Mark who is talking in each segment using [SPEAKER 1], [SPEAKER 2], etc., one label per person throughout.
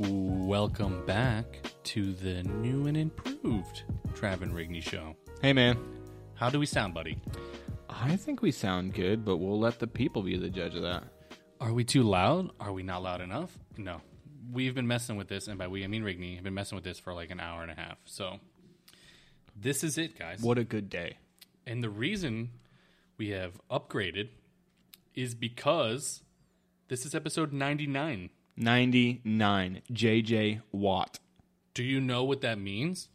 [SPEAKER 1] Welcome back to the new and improved Trav and Rigney show.
[SPEAKER 2] Hey, man.
[SPEAKER 1] How do we sound, buddy?
[SPEAKER 2] I think we sound good, but we'll let the people be the judge of that.
[SPEAKER 1] Are we too loud? Are we not loud enough? No. We've been messing with this, and by we I mean Rigney, have been messing with this for like an hour and a half. So this is it, guys.
[SPEAKER 2] What a good day.
[SPEAKER 1] And the reason we have upgraded is because this is episode 99.
[SPEAKER 2] 99. JJ Watt.
[SPEAKER 1] Do you know what that means?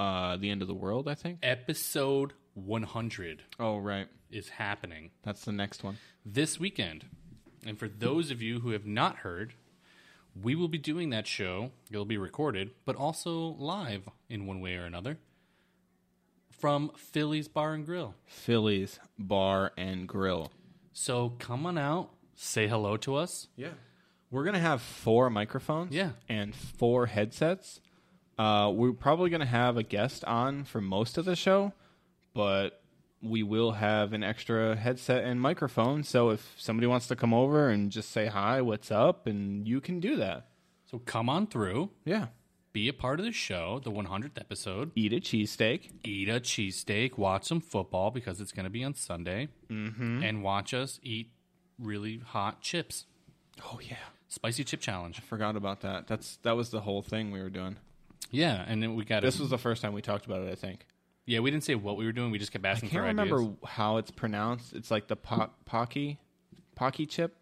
[SPEAKER 2] Uh, the end of the world, I think.
[SPEAKER 1] Episode 100
[SPEAKER 2] Oh, right.
[SPEAKER 1] is happening
[SPEAKER 2] That's the next one.
[SPEAKER 1] this weekend. And for those of you who have not heard, we will be doing that show. It'll be recorded, but also live in one way or another from Philly's Bar and Grill.
[SPEAKER 2] Phillies Bar and Grill.
[SPEAKER 1] So come on out, say hello to us.
[SPEAKER 2] Yeah. We're going to have four microphones.
[SPEAKER 1] Yeah.
[SPEAKER 2] And four headsets. Uh, we're probably going to have a guest on for most of the show, but we will have an extra headset and microphone. So if somebody wants to come over and just say hi, what's up, and you can do that.
[SPEAKER 1] So come on through,
[SPEAKER 2] Yeah.
[SPEAKER 1] be a part of the show, the 100th episode.
[SPEAKER 2] Eat a cheesesteak.
[SPEAKER 1] Eat a cheesesteak, watch some football because it's going to be on Sunday, mm-hmm. and watch us eat really hot chips.
[SPEAKER 2] Oh yeah.
[SPEAKER 1] Spicy chip challenge.
[SPEAKER 2] Forgot about that. That's that was the whole thing we were doing.
[SPEAKER 1] Yeah, and then we got
[SPEAKER 2] This was the first time we talked about it, I think.
[SPEAKER 1] Yeah, we didn't say what we were doing. We just kept asking
[SPEAKER 2] Can't
[SPEAKER 1] for
[SPEAKER 2] remember
[SPEAKER 1] ideas.
[SPEAKER 2] how it's pronounced. It's like the po- pocky pocky chip.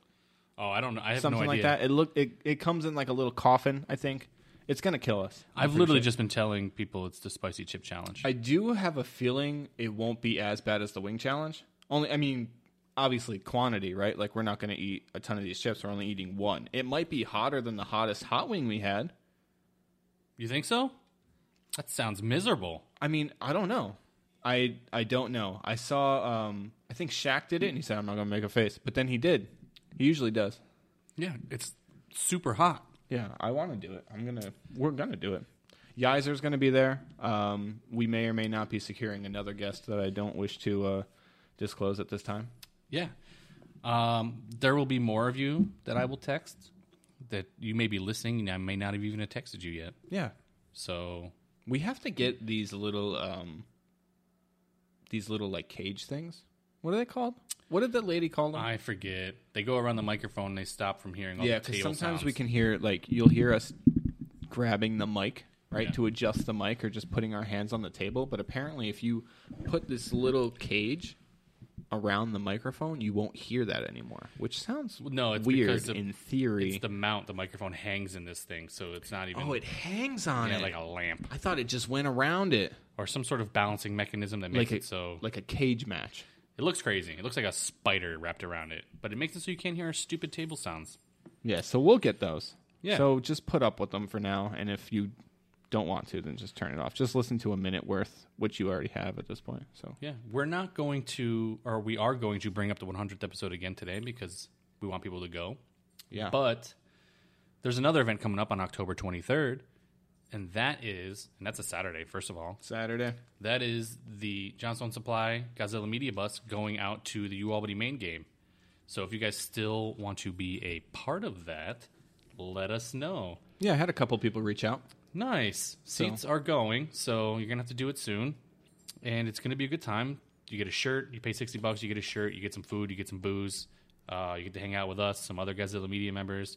[SPEAKER 1] Oh, I don't know. I have
[SPEAKER 2] something
[SPEAKER 1] no
[SPEAKER 2] like
[SPEAKER 1] idea.
[SPEAKER 2] that. It look it, it comes in like a little coffin, I think. It's gonna kill us. I'm
[SPEAKER 1] I've
[SPEAKER 2] pretty
[SPEAKER 1] literally
[SPEAKER 2] sure.
[SPEAKER 1] just been telling people it's the spicy chip challenge.
[SPEAKER 2] I do have a feeling it won't be as bad as the wing challenge. Only I mean, obviously quantity, right? Like we're not gonna eat a ton of these chips, we're only eating one. It might be hotter than the hottest hot wing we had.
[SPEAKER 1] you think so? That sounds miserable.
[SPEAKER 2] I mean, I don't know. I I don't know. I saw um I think Shaq did it and he said I'm not gonna make a face. But then he did. He usually does.
[SPEAKER 1] Yeah, it's super hot.
[SPEAKER 2] Yeah, I wanna do it. I'm gonna we're gonna do it. Yizer's gonna be there. Um we may or may not be securing another guest that I don't wish to uh disclose at this time.
[SPEAKER 1] Yeah. Um, there will be more of you that I will text that you may be listening and I may not have even texted you yet.
[SPEAKER 2] Yeah.
[SPEAKER 1] So
[SPEAKER 2] We have to get these little um these little like cage things. What are they called? What did that lady call them?
[SPEAKER 1] I forget. They go around the microphone and they stop from hearing all
[SPEAKER 2] Yeah,
[SPEAKER 1] the
[SPEAKER 2] because
[SPEAKER 1] tail
[SPEAKER 2] sometimes
[SPEAKER 1] sounds.
[SPEAKER 2] we can hear like you'll hear us grabbing the mic, right, to adjust the mic or just putting our hands on the table. But apparently, if you put this little cage around the microphone, you won't hear that anymore, which sounds
[SPEAKER 1] No, it's
[SPEAKER 2] weird
[SPEAKER 1] because the-
[SPEAKER 2] in theory.
[SPEAKER 1] It's the mount the microphone hangs in this thing, so it's not even
[SPEAKER 2] oh, it hangs on
[SPEAKER 1] yeah,
[SPEAKER 2] it.
[SPEAKER 1] like a lamp.
[SPEAKER 2] I thought it just went around it,
[SPEAKER 1] or some sort of balancing mechanism that makes
[SPEAKER 2] like a,
[SPEAKER 1] it so
[SPEAKER 2] like a cage match.
[SPEAKER 1] it looks crazy. It looks like a spider wrapped around it, but it makes it so you can't hear our stupid table sounds.
[SPEAKER 2] Yeah, so we'll get those.
[SPEAKER 1] Yeah.
[SPEAKER 2] So just put up with them for now, and if you don't want to, then just turn it off. Just listen to a minute worth, which you already have at this point. So
[SPEAKER 1] Yeah, we're not going to, or we are going to bring up the 100th episode again today because we want people to go.
[SPEAKER 2] yeah.
[SPEAKER 1] But there's another event coming up on October 23rd, and that is, and that's a Saturday. First of all,
[SPEAKER 2] Saturday.
[SPEAKER 1] that is the Johnstone Supply Godzilla Media Bus going out to the Albany main game. So if you guys still want to be a part of that, let us know.
[SPEAKER 2] Yeah, I had a couple people reach out.
[SPEAKER 1] Nice. Seats are going, so you're gonna have to do it soon. And it's gonna be a good time. You get a shirt, you pay sixty bucks, you get a shirt, you get some food, you get some booze, uh, you get to hang out with us, some other Godzilla media members.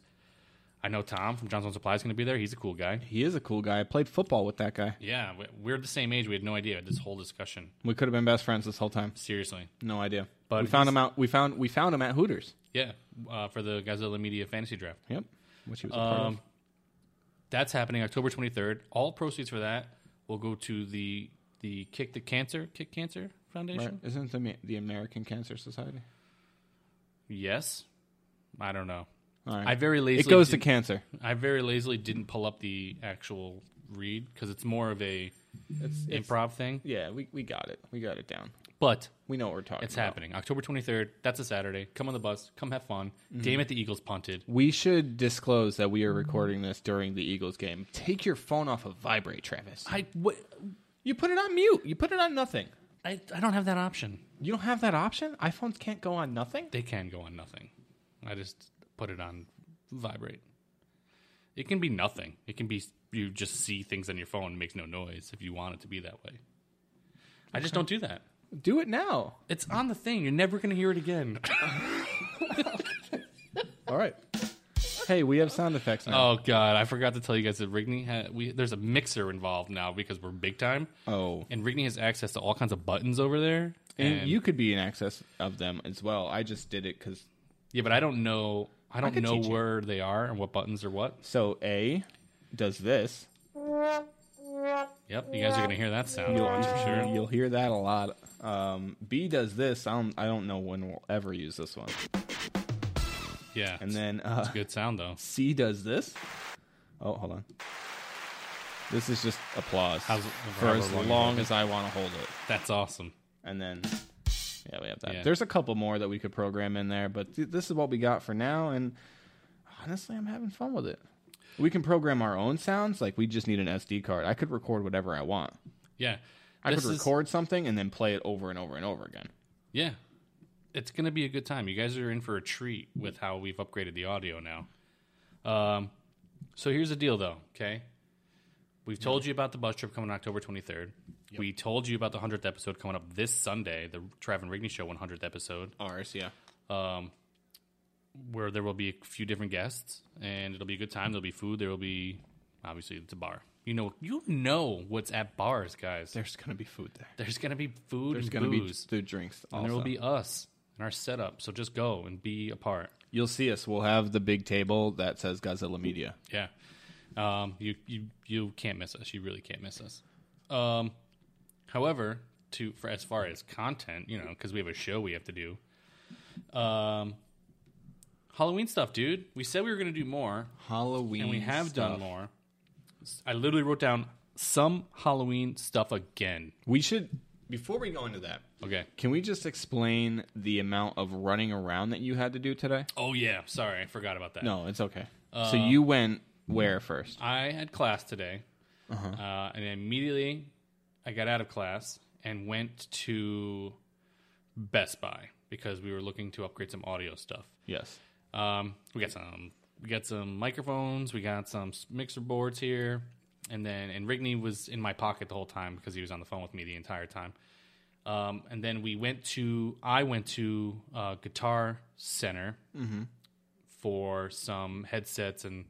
[SPEAKER 1] I know Tom from Johnson Supply is gonna be there. He's a cool guy.
[SPEAKER 2] He is a cool guy. I played football with that guy.
[SPEAKER 1] Yeah, we- we're the same age. We had no idea this whole discussion.
[SPEAKER 2] We could have been best friends this whole time.
[SPEAKER 1] Seriously.
[SPEAKER 2] No idea.
[SPEAKER 1] But
[SPEAKER 2] But we found him out. We found we found him at Hooters.
[SPEAKER 1] Yeah, uh, for the Godzilla Media Fantasy Draft.
[SPEAKER 2] Yep. Um, Which he was a part of.
[SPEAKER 1] That's happening October 23rd. All proceeds for that will go to the the Kick the Cancer, Kick Cancer Foundation.
[SPEAKER 2] Right? Isn't the Ma- the American Cancer Society?
[SPEAKER 1] Yes. I don't know.
[SPEAKER 2] All right.
[SPEAKER 1] I very lazily
[SPEAKER 2] it goes to
[SPEAKER 1] did,
[SPEAKER 2] cancer.
[SPEAKER 1] I very lazily didn't pull up the actual read because it's more of a
[SPEAKER 2] It's, it's
[SPEAKER 1] improv thing.
[SPEAKER 2] yeah. We, we got it. We got it down.
[SPEAKER 1] But
[SPEAKER 2] We know what we're talking.
[SPEAKER 1] it's
[SPEAKER 2] about.
[SPEAKER 1] happening October twenty third. That's a Saturday. Come on the bus. Come have fun.
[SPEAKER 2] Mm-hmm.
[SPEAKER 1] Damn it, the Eagles punted.
[SPEAKER 2] We should disclose that we are recording this during the Eagles game. Take your phone off of vibrate, Travis.
[SPEAKER 1] I, w-
[SPEAKER 2] You put it on mute. You put it on nothing.
[SPEAKER 1] I I don't have that option.
[SPEAKER 2] You don't have that option. iPhones can't go on nothing.
[SPEAKER 1] They can go on nothing. I just put it on vibrate. It can be nothing. It can be you just see things on your phone and makes no noise if you want it to be that way. I just don't do that.
[SPEAKER 2] Do it now.
[SPEAKER 1] It's on the thing. You're never going to hear it again.
[SPEAKER 2] All right. Hey, we have sound effects now.
[SPEAKER 1] oh god, I forgot to tell you guys that Rigney had we there's a mixer involved now because we're big time.
[SPEAKER 2] Oh.
[SPEAKER 1] And Rigney has access to all kinds of buttons over there.
[SPEAKER 2] And, you could be in access of them as well. I just did it because
[SPEAKER 1] Yeah, but I don't know I don't
[SPEAKER 2] could
[SPEAKER 1] know
[SPEAKER 2] teach you.
[SPEAKER 1] where they are and what buttons are what.
[SPEAKER 2] so A does this.
[SPEAKER 1] Yep, you guys are gonna hear that sound. I'm sure.
[SPEAKER 2] You'll hear that a lot. Um, B does this. I don't, I don't know when we'll ever use this one.
[SPEAKER 1] Yeah.
[SPEAKER 2] And then uh,
[SPEAKER 1] good sound though.
[SPEAKER 2] C does this. Oh, hold on. This is just applause
[SPEAKER 1] How's it-
[SPEAKER 2] for
[SPEAKER 1] however
[SPEAKER 2] as
[SPEAKER 1] long
[SPEAKER 2] long,
[SPEAKER 1] you hold
[SPEAKER 2] as I want to hold it.
[SPEAKER 1] That's awesome.
[SPEAKER 2] And then, yeah, we have that.
[SPEAKER 1] Yeah.
[SPEAKER 2] There's a couple more that we could program in there, but th- this is what we got for now. And honestly, I'm having fun with it. We can program our own sounds. Like we just need an SD card. I could record whatever I want.
[SPEAKER 1] Yeah.
[SPEAKER 2] I
[SPEAKER 1] This
[SPEAKER 2] could
[SPEAKER 1] is-
[SPEAKER 2] record something and then play it over and over and over again.
[SPEAKER 1] Yeah. It's going to be a good time. You guys are in for a treat with how we've upgraded the audio now. Um, so here's the deal, though, okay? We've told you about the bus trip coming October 23rd. We told you about the 100th episode coming up this Sunday, the Trav and Rigney Show 100th episode,
[SPEAKER 2] Ours, yeah.
[SPEAKER 1] where there will be a few different guests, and it'll be a good time. There'll be food. There will be, obviously, it's a bar. You know, you know what's at bars, guys.
[SPEAKER 2] There's gonna be food there.
[SPEAKER 1] There's going to be food
[SPEAKER 2] There's
[SPEAKER 1] and
[SPEAKER 2] gonna
[SPEAKER 1] booze,
[SPEAKER 2] be the drinks. Also.
[SPEAKER 1] and there will be us and our setup. So just go and be a part.
[SPEAKER 2] You'll see us. We'll have the big table that says Godzilla Media.
[SPEAKER 1] Yeah. Um, you, you you can't miss us. You really can't miss us. Um, however, to for as far as content, you know, because we have a show we have to do. Um, Halloween stuff, dude. We said we were going to do more,
[SPEAKER 2] Halloween.
[SPEAKER 1] and we have done more. I literally wrote down some Halloween stuff again.
[SPEAKER 2] We should before we go into that.
[SPEAKER 1] Okay.
[SPEAKER 2] Can we just explain the amount of running around that you had to do today?
[SPEAKER 1] Oh yeah, sorry, I forgot about that.
[SPEAKER 2] No, it's okay. Uh, so you went where first?
[SPEAKER 1] I had class today, uh, and immediately I got out of class and went to Best Buy because we were looking to upgrade some audio stuff.
[SPEAKER 2] Yes.
[SPEAKER 1] Um, we got some, we got some microphones, we got some s- mixer boards here, and then and Rigney was in my pocket the whole time because he was on the phone with me the entire time. Um, and then we went to, I went to uh, Guitar Center for some headsets and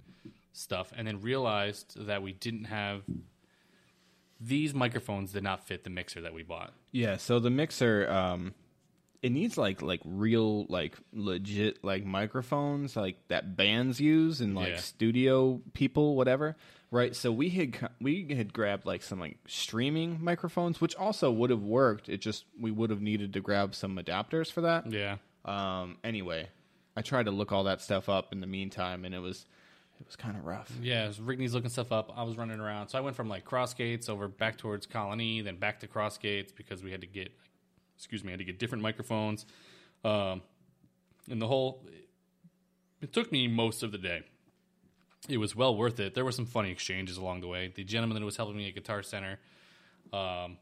[SPEAKER 1] stuff, and then realized that we didn't have these microphones did not fit the mixer that we bought.
[SPEAKER 2] Yeah. So the mixer, um, it needs like like real like legit like microphones like that bands use and like
[SPEAKER 1] Yeah.
[SPEAKER 2] studio people whatever. Right. So we had co- we had grabbed like some like streaming microphones, which also would have worked. It just we would have needed to grab some adapters for that.
[SPEAKER 1] Yeah,
[SPEAKER 2] Um. Anyway, I tried to look all that stuff up in the meantime, and it was it was kind of rough.
[SPEAKER 1] Yeah, so Rigney's looking stuff up. I was running around. So I went from like cross gates over back towards Colony, then back to cross gates because we had to get, excuse me, I had to get different microphones. Um, and the whole, it took me most of the day. It was well worth it. There were some funny exchanges along the way. The gentleman that was helping me at Guitar Center, um,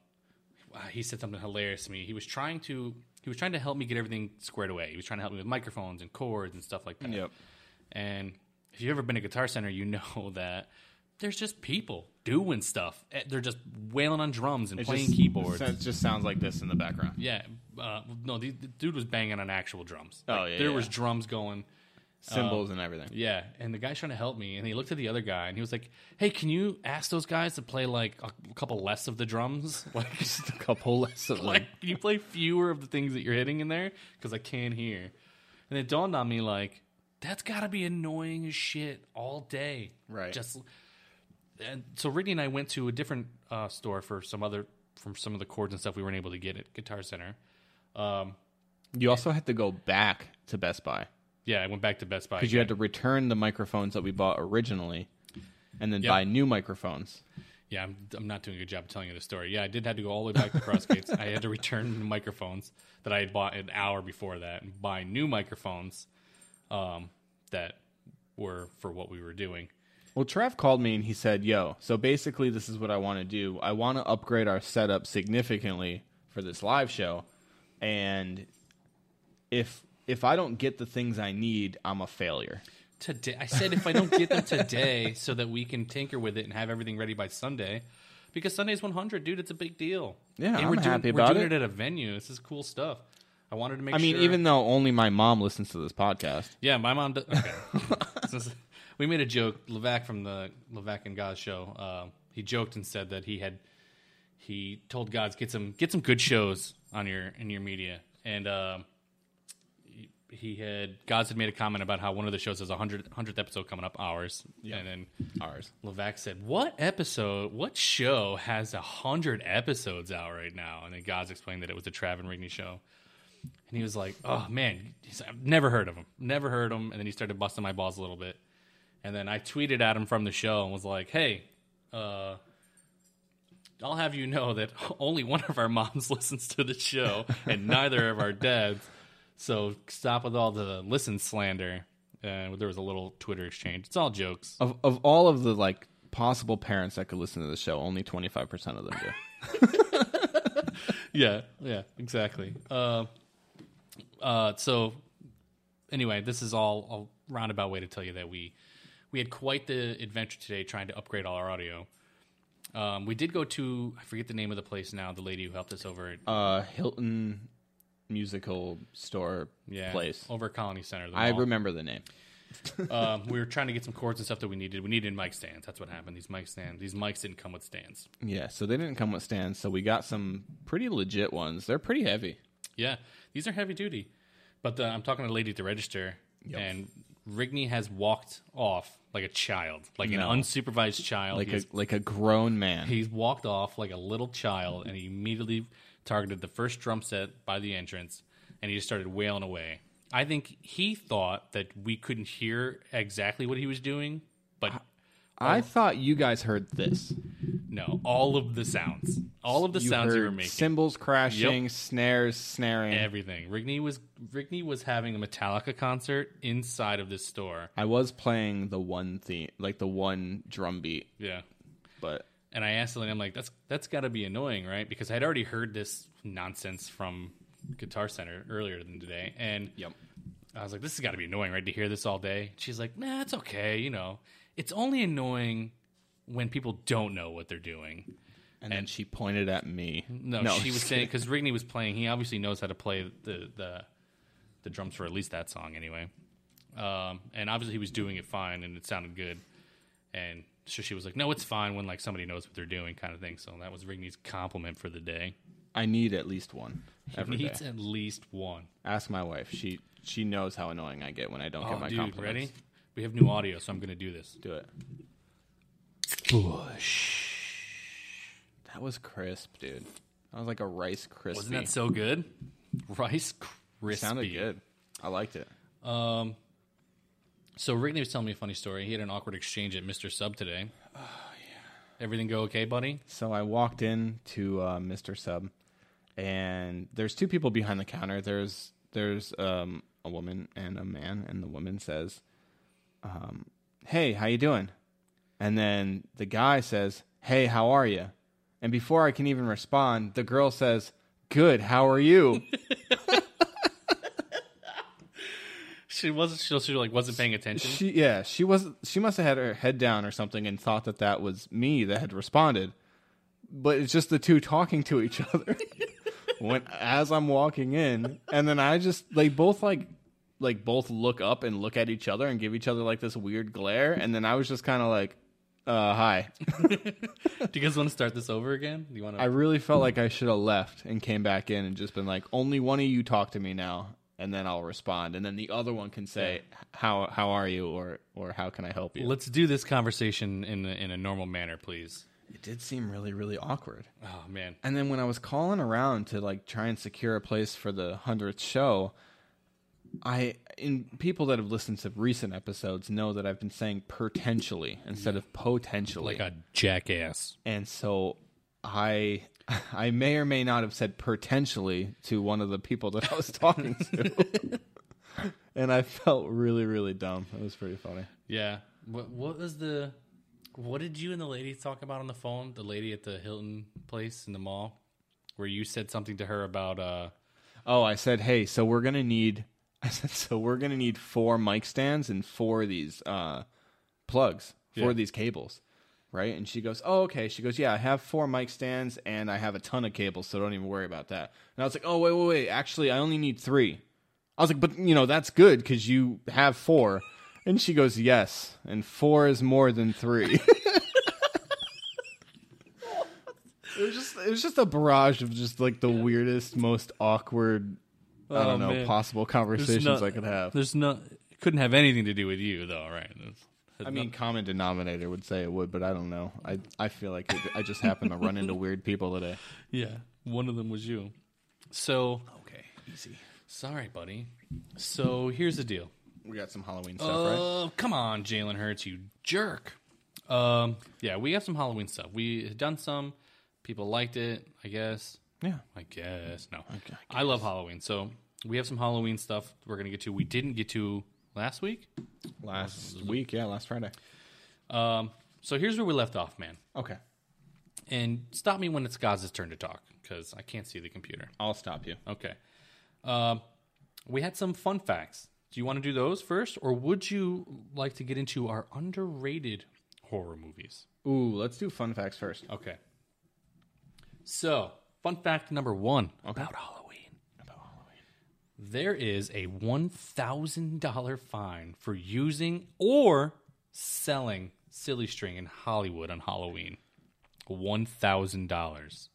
[SPEAKER 1] uh, he said something hilarious to me. He was trying to he was trying to help me get everything squared away. He was trying to help me with microphones and cords and stuff like that. And if you've ever been to Guitar Center, you know that there's just people doing stuff. Eh, They're just wailing on drums and playing
[SPEAKER 2] Just-
[SPEAKER 1] keyboards.
[SPEAKER 2] It just sounds like this in the background.
[SPEAKER 1] yeah. Uh, no, the, the dude was banging on actual drums.
[SPEAKER 2] Oh,
[SPEAKER 1] Like,
[SPEAKER 2] yeah,
[SPEAKER 1] There
[SPEAKER 2] yeah.
[SPEAKER 1] was drums going.
[SPEAKER 2] Symbols and everything.
[SPEAKER 1] Yeah, and the guy's trying to help me, and he looked at the other guy, and he was like, "Hey, can you ask those guys to play like a couple less of the drums? Like,
[SPEAKER 2] just a couple less of them.
[SPEAKER 1] like can you play fewer of the things that you're hitting in there? Because I can't hear." And it dawned on me, like, that's got to be annoying as shit all day,
[SPEAKER 2] Right.
[SPEAKER 1] Just and so Ricky and I went to a different uh, store for some other from some of the chords and stuff we weren't able to get at Guitar Center. Um,
[SPEAKER 2] You also had to go back to Best Buy
[SPEAKER 1] yeah, I went back to Best Buy
[SPEAKER 2] because you had to return the microphones that we bought originally, and then
[SPEAKER 1] Yep.
[SPEAKER 2] buy new microphones.
[SPEAKER 1] Yeah, I'm, I'm not doing a good job of telling you the story. Yeah, I did have to go all the way back to Crossgates. I had to return the microphones that I had bought an hour before that and buy new microphones um, that were for what we were doing.
[SPEAKER 2] Well, Trav called me and he said, "Yo, so basically, this is what I want to do. I want to upgrade our setup significantly for this live show, and if if I don't get the things I need, I'm a failure."
[SPEAKER 1] today. I said if I don't get them today, so that we can tinker with it and have everything ready by Sunday, because Sunday's 100, dude. It's a big deal.
[SPEAKER 2] Yeah,
[SPEAKER 1] and
[SPEAKER 2] I'm
[SPEAKER 1] we're doing,
[SPEAKER 2] happy
[SPEAKER 1] we're
[SPEAKER 2] about
[SPEAKER 1] doing
[SPEAKER 2] it.
[SPEAKER 1] it. at a venue. This is cool stuff. I wanted to make.
[SPEAKER 2] I mean,
[SPEAKER 1] sure-
[SPEAKER 2] even though only my mom listens to this podcast.
[SPEAKER 1] yeah, my mom. Does, okay. So this- we made a joke. Levac from the Levac and Gaz show. Uh, he joked and said that he had he told Gods get some get some good shows on your in your media and. Um, he had Gods had made a comment about how one of the shows has a hundred hundredth episode coming up, ours, and then
[SPEAKER 2] Ours.
[SPEAKER 1] Levac said, "What episode? What show has a hundred episodes out right now?" And then Gods explained that it was the Trav and Rigney show, and he was like, "Oh man, he's, I've never heard of him. Never heard him." And then he started busting my balls a little bit, and then I tweeted at him from the show and was like, "Hey, uh, I'll have you know that only one of our moms listens to the show, and neither of our dads. So stop with all the listen slander." And there was a little Twitter exchange. It's all jokes.
[SPEAKER 2] Of of all of the like possible parents that could listen to the show, only twenty five percent of them do.
[SPEAKER 1] yeah, yeah, exactly. Uh, uh, so, anyway, this is all a roundabout way to tell you that we we had quite the adventure today trying to upgrade all our audio. Um, we did go to I forget the name of the place now. The lady who helped us over at
[SPEAKER 2] uh, Hilton musical store
[SPEAKER 1] yeah, Oh,
[SPEAKER 2] place.
[SPEAKER 1] over at Colony Center. The
[SPEAKER 2] I
[SPEAKER 1] mall.
[SPEAKER 2] remember the name.
[SPEAKER 1] um, we were trying to get some cords and stuff that we needed. We needed mic stands. That's what happened. These mic stands. These mics didn't come with stands.
[SPEAKER 2] Yeah, so they didn't come with stands, so we got some pretty legit ones. They're pretty heavy.
[SPEAKER 1] Yeah, these are heavy duty. But the, I'm talking to the lady at the register, and Rigney has walked off like a child, like
[SPEAKER 2] No.
[SPEAKER 1] an unsupervised child.
[SPEAKER 2] Like a
[SPEAKER 1] he's,
[SPEAKER 2] like a grown man.
[SPEAKER 1] he's walked off like a little child, and he immediately targeted the first drum set by the entrance, and he just started wailing away. I think he thought that we couldn't hear exactly what he was doing, but
[SPEAKER 2] Uh, I thought you guys heard this.
[SPEAKER 1] no, all of the sounds, all of the
[SPEAKER 2] you
[SPEAKER 1] sounds
[SPEAKER 2] heard
[SPEAKER 1] we were making.
[SPEAKER 2] Cymbals crashing, snares snaring.
[SPEAKER 1] Everything. Rigney was Rigney was having a Metallica concert inside of this store.
[SPEAKER 2] I was playing the one theme, like the one drum beat,
[SPEAKER 1] Yeah.
[SPEAKER 2] but
[SPEAKER 1] And I asked Elena, I'm like, that's that's got to be annoying, right? Because I'd already heard this nonsense from Guitar Center earlier than today, and I was like, this has got to be annoying, right? To hear this all day. She's like, nah, it's okay, you know. It's only annoying when people don't know what they're doing.
[SPEAKER 2] And, then she pointed at me.
[SPEAKER 1] No, she was saying because Rigney was playing. He obviously knows how to play the the, the drums for at least that song anyway. Um, and obviously he was doing it fine and it sounded good. And so she was like, "No, it's fine when like somebody knows what they're doing," kind of thing. So that was Rigney's compliment for the day.
[SPEAKER 2] I need at least one every day.
[SPEAKER 1] Needs at least one.
[SPEAKER 2] Ask my wife. She she knows how annoying I get when I don't
[SPEAKER 1] Oh,
[SPEAKER 2] get my
[SPEAKER 1] dude, ready?
[SPEAKER 2] compliments.
[SPEAKER 1] We have new audio, so I'm gonna do this.
[SPEAKER 2] Do it. That was crisp, dude. That was like a rice crispy.
[SPEAKER 1] Wasn't that so good? Rice crispy.
[SPEAKER 2] Sounded good. I liked it.
[SPEAKER 1] So Rigney was telling me a funny story. He had an awkward exchange at Mr. Sub today. Oh yeah. Everything go okay, buddy?
[SPEAKER 2] So I walked in to uh, Mr. Sub, and there's two people behind the counter. There's there's um, a woman and a man, and the woman says, um, "Hey, how you doing?" And then the guy says, "Hey, how are you?" And before I can even respond, the girl says, "Good, how are you?"
[SPEAKER 1] She wasn't. She, she like wasn't paying attention.
[SPEAKER 2] she yeah, she was she must have had her head down or something and thought that that was me that had responded. But it's just the two talking to each other when as I'm walking in, and then I just they both like like both look up and look at each other and give each other like this weird glare, and then I was just kind of like, uh, hi.
[SPEAKER 1] Do you guys want to start this over again? Do you want to?
[SPEAKER 2] I really felt like I should have left and came back in and just been like, only one of you talk to me now, and then I'll respond, and then the other one can say how how are you or or how can I help you.
[SPEAKER 1] Let's do this conversation in a, in a normal manner, please.
[SPEAKER 2] It did seem really, really awkward.
[SPEAKER 1] Oh man,
[SPEAKER 2] And then when I was calling around to like try and secure a place for the hundredth show, I in people that have listened to recent episodes know that I've been saying potentially instead of potentially.
[SPEAKER 1] like a jackass.
[SPEAKER 2] and so I I may or may not have said potentially to one of the people that I was talking to. and I felt really, really dumb. It was pretty funny.
[SPEAKER 1] Yeah. What What was the? What did you and the lady talk about on the phone? The lady at the Hilton place in the mall, where you said something to her about uh.
[SPEAKER 2] Oh, I said, hey, so we're gonna need I said, so we're gonna need four mic stands and four of these uh, plugs for
[SPEAKER 1] Yeah.
[SPEAKER 2] these cables, right? And she goes, oh okay. She goes, yeah, I have four mic stands and I have a ton of cables, so don't even worry about that. And I was like, oh wait, wait, wait. Actually, I only need three. I was like, but you know that's good because you have four. And she goes, yes, and four is more than three. It was just it was just a barrage of just like the weirdest, most awkward I
[SPEAKER 1] Oh,
[SPEAKER 2] don't know,
[SPEAKER 1] man.
[SPEAKER 2] possible conversations
[SPEAKER 1] no-
[SPEAKER 2] I could have.
[SPEAKER 1] There's no it couldn't have anything to do with you though, right? It's- it's
[SPEAKER 2] I mean, common denominator would say it would, but I don't know. I I feel like it, I just happen to run into weird people today.
[SPEAKER 1] not- yeah, one of them was you. So
[SPEAKER 2] Okay, easy.
[SPEAKER 1] sorry, buddy. So here's the deal.
[SPEAKER 2] We got some Halloween stuff, right?
[SPEAKER 1] Oh, come on, Jalen Hurts, you jerk. Um, yeah, we have some Halloween stuff. We had done some. People liked it, I guess.
[SPEAKER 2] Yeah.
[SPEAKER 1] I guess. No. I love Halloween. So we have some Halloween stuff we're going to get to. We didn't get to last week.
[SPEAKER 2] Last week, yeah, last Friday.
[SPEAKER 1] Um, so here's where we left off, man.
[SPEAKER 2] Okay,
[SPEAKER 1] And stop me when it's Gaza's turn to talk because I can't see the computer.
[SPEAKER 2] I'll stop you.
[SPEAKER 1] Okay. Um, we had some fun facts. Do you want to do those first, or would you like to get into our underrated horror movies?
[SPEAKER 2] Ooh, let's do fun facts first
[SPEAKER 1] Okay. So, fun fact number one about Halloween.
[SPEAKER 2] about Halloween.
[SPEAKER 1] There is a $1,000 fine for using or selling silly string in Hollywood on Halloween. $1,000.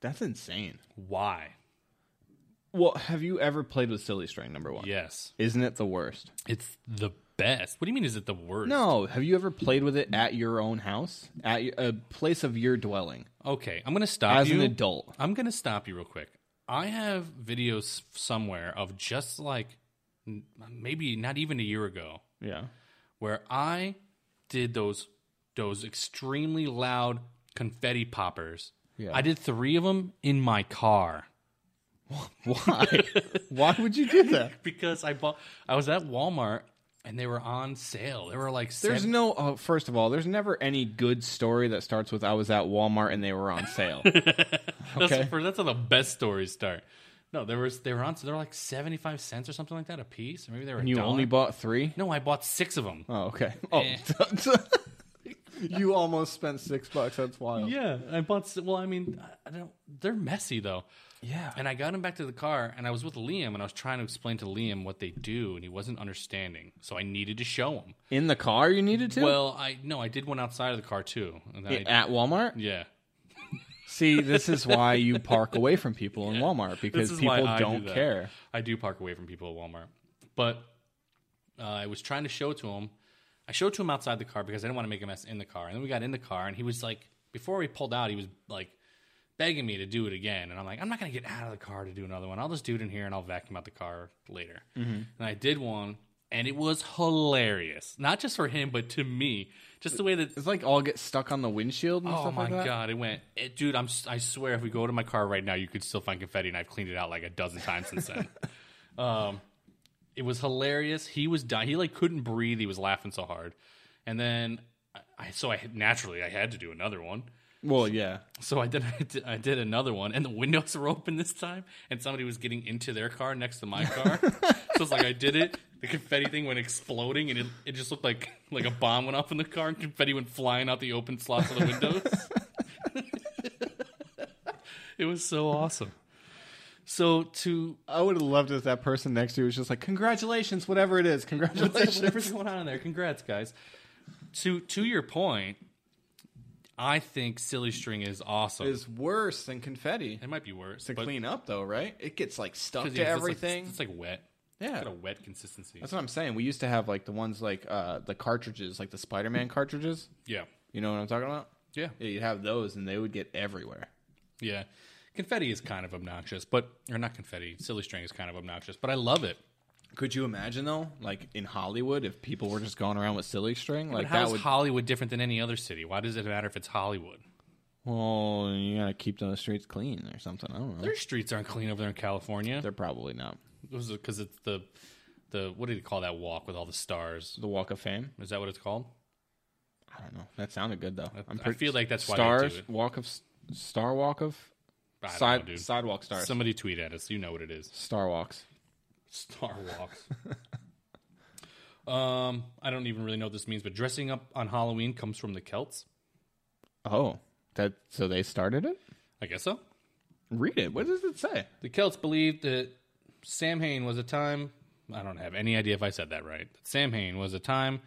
[SPEAKER 2] That's insane.
[SPEAKER 1] Why?
[SPEAKER 2] Well, have you ever played with silly string? Number one,
[SPEAKER 1] Yes.
[SPEAKER 2] isn't it the worst?
[SPEAKER 1] It's the best. What do you mean, is it the worst?
[SPEAKER 2] No, have you ever played with it at your own house, at your, a place of your dwelling,
[SPEAKER 1] Okay, I'm going to stop
[SPEAKER 2] as
[SPEAKER 1] you.
[SPEAKER 2] an adult?
[SPEAKER 1] I'm going to stop you real quick. I have videos somewhere of just like n- maybe not even a year ago
[SPEAKER 2] Yeah.
[SPEAKER 1] where I did those those extremely loud confetti poppers.
[SPEAKER 2] Yeah.
[SPEAKER 1] I did three of them in my car
[SPEAKER 2] Why? Why would you do that?
[SPEAKER 1] because I bought. I was at Walmart and they were on sale. They were like
[SPEAKER 2] There's
[SPEAKER 1] seven-
[SPEAKER 2] no. Uh, first of all, there's never any good story that starts with "I was at Walmart and they were on sale." okay.
[SPEAKER 1] that's, for, that's how the best stories start. No, there was they were on. So they were like seventy five cents or something like that a piece, or maybe they were. a
[SPEAKER 2] You
[SPEAKER 1] dollar.
[SPEAKER 2] only bought three.
[SPEAKER 1] No, I bought six of them.
[SPEAKER 2] Oh, okay. Oh,
[SPEAKER 1] Eh.
[SPEAKER 2] you almost spent six bucks. That's wild.
[SPEAKER 1] Yeah, I bought. s- Well, I mean, I- I don't. They're messy though.
[SPEAKER 2] Yeah.
[SPEAKER 1] And I got him back to the car, and I was with Liam, and I was trying to explain to Liam what they do, and he wasn't understanding. So I needed to show him.
[SPEAKER 2] In the car, you needed to.
[SPEAKER 1] Well, I no, I did one outside of the car too. And I,
[SPEAKER 2] at Walmart.
[SPEAKER 1] yeah,
[SPEAKER 2] See, this is why you park away from people in Walmart because
[SPEAKER 1] is why
[SPEAKER 2] people
[SPEAKER 1] I do
[SPEAKER 2] don't
[SPEAKER 1] that.
[SPEAKER 2] care.
[SPEAKER 1] I do park away from people at Walmart, but uh, I was trying to show it to him. I showed it to him outside the car because I didn't want to make a mess in the car. And then we got in the car, and he was like, before we pulled out, he was like begging me to do it again. And I'm like, I'm not going to get out of the car to do another one. I'll just do it in here, and I'll vacuum out the car later. And I did one, and it was hilarious. Not just for him, but to me, just the way that
[SPEAKER 2] It's like all get stuck on the windshield and
[SPEAKER 1] Oh
[SPEAKER 2] stuff
[SPEAKER 1] my
[SPEAKER 2] like that.
[SPEAKER 1] god, it went, it, dude. I'm s- I swear, if we go to my car right now, you could still find confetti, and I've cleaned it out like a dozen times since then. um, it was hilarious. He was dying. He like couldn't breathe. He was laughing so hard, and then I- I so I had- naturally I had to do another one.
[SPEAKER 2] Well, yeah.
[SPEAKER 1] So I did, I did I did another one, and the windows were open this time, and somebody was getting into their car next to my car. so it's like I did it. The confetti thing went exploding, and it, it just looked like like a bomb went off in the car, and confetti went flying out the open slots of the windows. it was so awesome. So to
[SPEAKER 2] I would have loved if that person next to you was just like, "Congratulations, whatever it is, congratulations."
[SPEAKER 1] whatever's going on in there, congrats, guys. To to your point, I think silly string is awesome.
[SPEAKER 2] is worse than confetti
[SPEAKER 1] it might be worse.
[SPEAKER 2] to
[SPEAKER 1] but-
[SPEAKER 2] clean up, though, right? It gets like stuck
[SPEAKER 1] Yeah,
[SPEAKER 2] to
[SPEAKER 1] it's just like-
[SPEAKER 2] everything.
[SPEAKER 1] It's like wet.
[SPEAKER 2] yeah,
[SPEAKER 1] Got a wet consistency.
[SPEAKER 2] that's what I'm saying. We used to have like the ones like uh, the cartridges, like the Spider-Man cartridges.
[SPEAKER 1] yeah.
[SPEAKER 2] You know what I'm talking about?
[SPEAKER 1] Yeah.
[SPEAKER 2] Yeah, you'd have those, and they would get everywhere.
[SPEAKER 1] Yeah. Confetti is kind of obnoxious, but or not confetti, silly string is kind of obnoxious, but I love it.
[SPEAKER 2] Could you imagine though, like in Hollywood, if people were just going around with silly string,
[SPEAKER 1] But
[SPEAKER 2] like
[SPEAKER 1] how
[SPEAKER 2] that
[SPEAKER 1] is
[SPEAKER 2] would.
[SPEAKER 1] Hollywood different than any other city? Why does it matter if it's Hollywood?
[SPEAKER 2] well, you gotta keep those streets clean or something. I don't know.
[SPEAKER 1] Their streets aren't clean over there in California.
[SPEAKER 2] They're probably not
[SPEAKER 1] Because it's the the what do they call that walk with all the stars?
[SPEAKER 2] the Walk of Fame.
[SPEAKER 1] Is that what it's called?
[SPEAKER 2] I don't know. That sounded good though. I'm
[SPEAKER 1] I feel like that's why they
[SPEAKER 2] stars
[SPEAKER 1] do it.
[SPEAKER 2] walk of S- star walk of
[SPEAKER 1] I don't know,
[SPEAKER 2] side
[SPEAKER 1] dude.
[SPEAKER 2] sidewalk stars
[SPEAKER 1] Somebody tweet at us. You know what it is.
[SPEAKER 2] star walks.
[SPEAKER 1] Star Walks. um, I don't even really know what this means, but dressing up on Halloween comes from the Celts.
[SPEAKER 2] Oh, that so they started it.
[SPEAKER 1] I guess so.
[SPEAKER 2] Read it. What does it say?
[SPEAKER 1] The Celts believed that Samhain was a time. I don't have any idea if I said that right. That Samhain was a time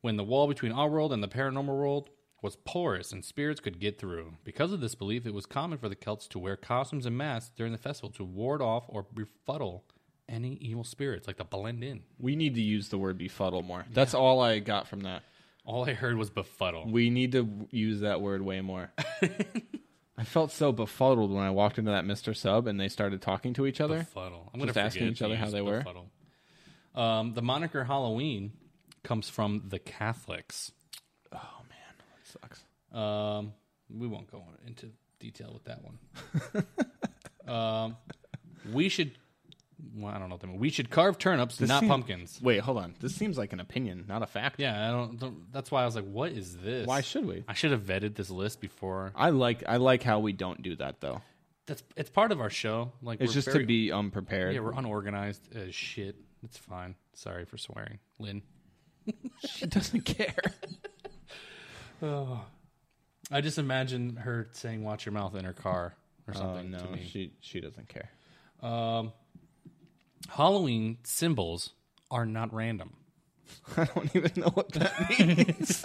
[SPEAKER 1] when the wall between our world and the paranormal world was porous and spirits could get through. Because of this belief, it was common for the Celts to wear costumes and masks during the festival to ward off or befuddle any evil spirits, like to blend in.
[SPEAKER 2] We need to use the word befuddle more. That's all I got from that.
[SPEAKER 1] All I heard was befuddle.
[SPEAKER 2] We need to use that word way more. I felt so befuddled when I walked into that Mr. Sub and they started talking to each other.
[SPEAKER 1] Befuddle. I'm gonna
[SPEAKER 2] Just asking
[SPEAKER 1] forget
[SPEAKER 2] each
[SPEAKER 1] to
[SPEAKER 2] other how
[SPEAKER 1] use
[SPEAKER 2] they were.
[SPEAKER 1] befuddle. Um, the moniker Halloween comes from the Catholics.
[SPEAKER 2] Oh man, that sucks.
[SPEAKER 1] Um, we won't go into detail with that one. um, we should. Well, I don't know. What they mean. We should carve turnips, not
[SPEAKER 2] seem-
[SPEAKER 1] pumpkins.
[SPEAKER 2] Wait, hold on. This seems like an opinion, not a fact.
[SPEAKER 1] Yeah, I don't, don't. That's why I was like, "What is this?
[SPEAKER 2] Why should we?
[SPEAKER 1] I should have vetted this list before.
[SPEAKER 2] I like I like how we don't do that though.
[SPEAKER 1] That's it's part of our show. Like
[SPEAKER 2] It's
[SPEAKER 1] we're
[SPEAKER 2] just
[SPEAKER 1] very-
[SPEAKER 2] to be unprepared.
[SPEAKER 1] Yeah, we're unorganized as shit. It's fine. Sorry for swearing, Lynn.
[SPEAKER 2] she doesn't care.
[SPEAKER 1] I just imagine her saying "Watch your mouth" in her car or
[SPEAKER 2] Oh
[SPEAKER 1] something to
[SPEAKER 2] no,
[SPEAKER 1] me.
[SPEAKER 2] she she doesn't care.
[SPEAKER 1] Halloween symbols are not random.
[SPEAKER 2] I don't even know what that means.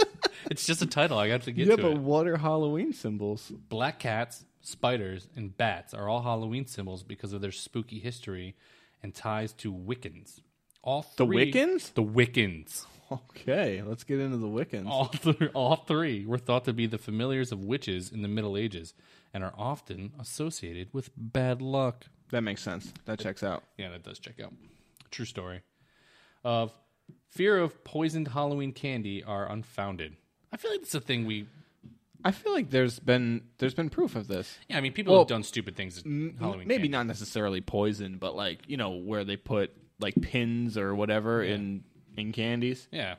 [SPEAKER 1] It's just a title. I got to get
[SPEAKER 2] yeah,
[SPEAKER 1] to
[SPEAKER 2] but
[SPEAKER 1] it.
[SPEAKER 2] what are Halloween symbols?
[SPEAKER 1] Black cats, spiders, and bats are all Halloween symbols because of their spooky history and ties to Wiccans. All
[SPEAKER 2] The
[SPEAKER 1] three,
[SPEAKER 2] Wiccans?
[SPEAKER 1] The Wiccans.
[SPEAKER 2] Okay, let's get into the Wiccans.
[SPEAKER 1] All, th- all three were thought to be the familiars of witches in the Middle Ages and are often associated with bad luck.
[SPEAKER 2] That makes sense. That checks out.
[SPEAKER 1] Yeah, that does check out. True story. Of fear of poisoned Halloween candy are unfounded. I feel like it's a thing we.
[SPEAKER 2] I feel like there's been there's been proof of this.
[SPEAKER 1] Yeah, I mean, people
[SPEAKER 2] Well,
[SPEAKER 1] have done stupid things. At Halloween candy.
[SPEAKER 2] Maybe not necessarily poison, but like you know where they put like pins or whatever in in candies.
[SPEAKER 1] Yeah,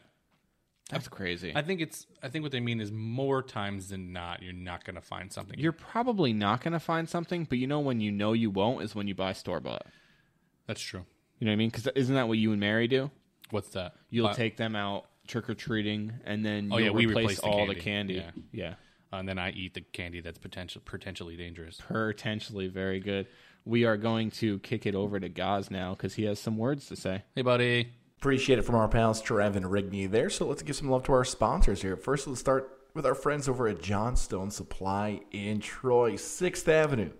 [SPEAKER 2] That's crazy.
[SPEAKER 1] I think it's. I think what they mean is more times than not, you're not going to find something.
[SPEAKER 2] You're probably not gonna find something, but you know when you know you won't is when you buy store bought.
[SPEAKER 1] That's true.
[SPEAKER 2] You know what I mean? Because isn't that what you and Mary do?
[SPEAKER 1] What's that?
[SPEAKER 2] You'll
[SPEAKER 1] Uh,
[SPEAKER 2] take them out trick or treating, and then
[SPEAKER 1] Oh,
[SPEAKER 2] you'll
[SPEAKER 1] yeah, we
[SPEAKER 2] replace,
[SPEAKER 1] replace the
[SPEAKER 2] all the
[SPEAKER 1] candy.
[SPEAKER 2] candy.
[SPEAKER 1] Yeah.
[SPEAKER 2] yeah,
[SPEAKER 1] uh, and then I eat the candy that's potential potentially dangerous.
[SPEAKER 2] potentially very good. We are going to kick it over to Gaz now because he has some words to say.
[SPEAKER 1] Hey, buddy.
[SPEAKER 3] Appreciate it from our pals Trev and Rigney there. So let's give some love to our sponsors here. First, let's start with our friends over at Johnstone Supply in Troy, 6th Avenue.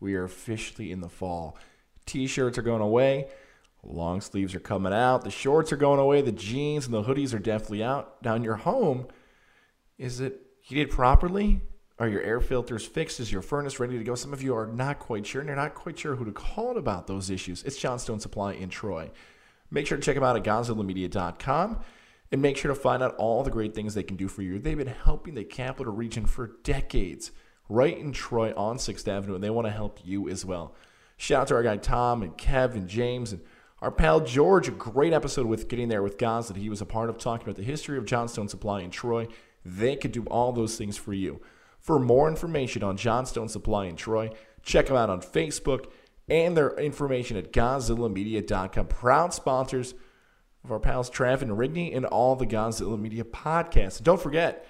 [SPEAKER 3] We are officially in the fall. T shirts are going away. Long sleeves are coming out. The shorts are going away. The jeans and the hoodies are definitely out. Down your home, is it heated properly? Are your air filters fixed? Is your furnace ready to go? Some of you are not quite sure, and you're not quite sure who to call about those issues. It's Johnstone Supply in Troy. Make sure to check them out at GonzoloMedia.com and make sure to find out all the great things they can do for you. They've been helping the capital region for decades, right in Troy on 6th Avenue, and they want to help you as well. Shout out to our guy Tom and Kev and James and our pal George. A great episode with Getting There with Gons that he was a part of, talking about the history of Johnstone Supply in Troy. They could do all those things for you. For more information on Johnstone Supply in Troy, check them out on Facebook and their information at GonzillaMedia.com. Proud sponsors of our pals Trav and Rigney and all the Godzilla Media podcasts. And don't forget,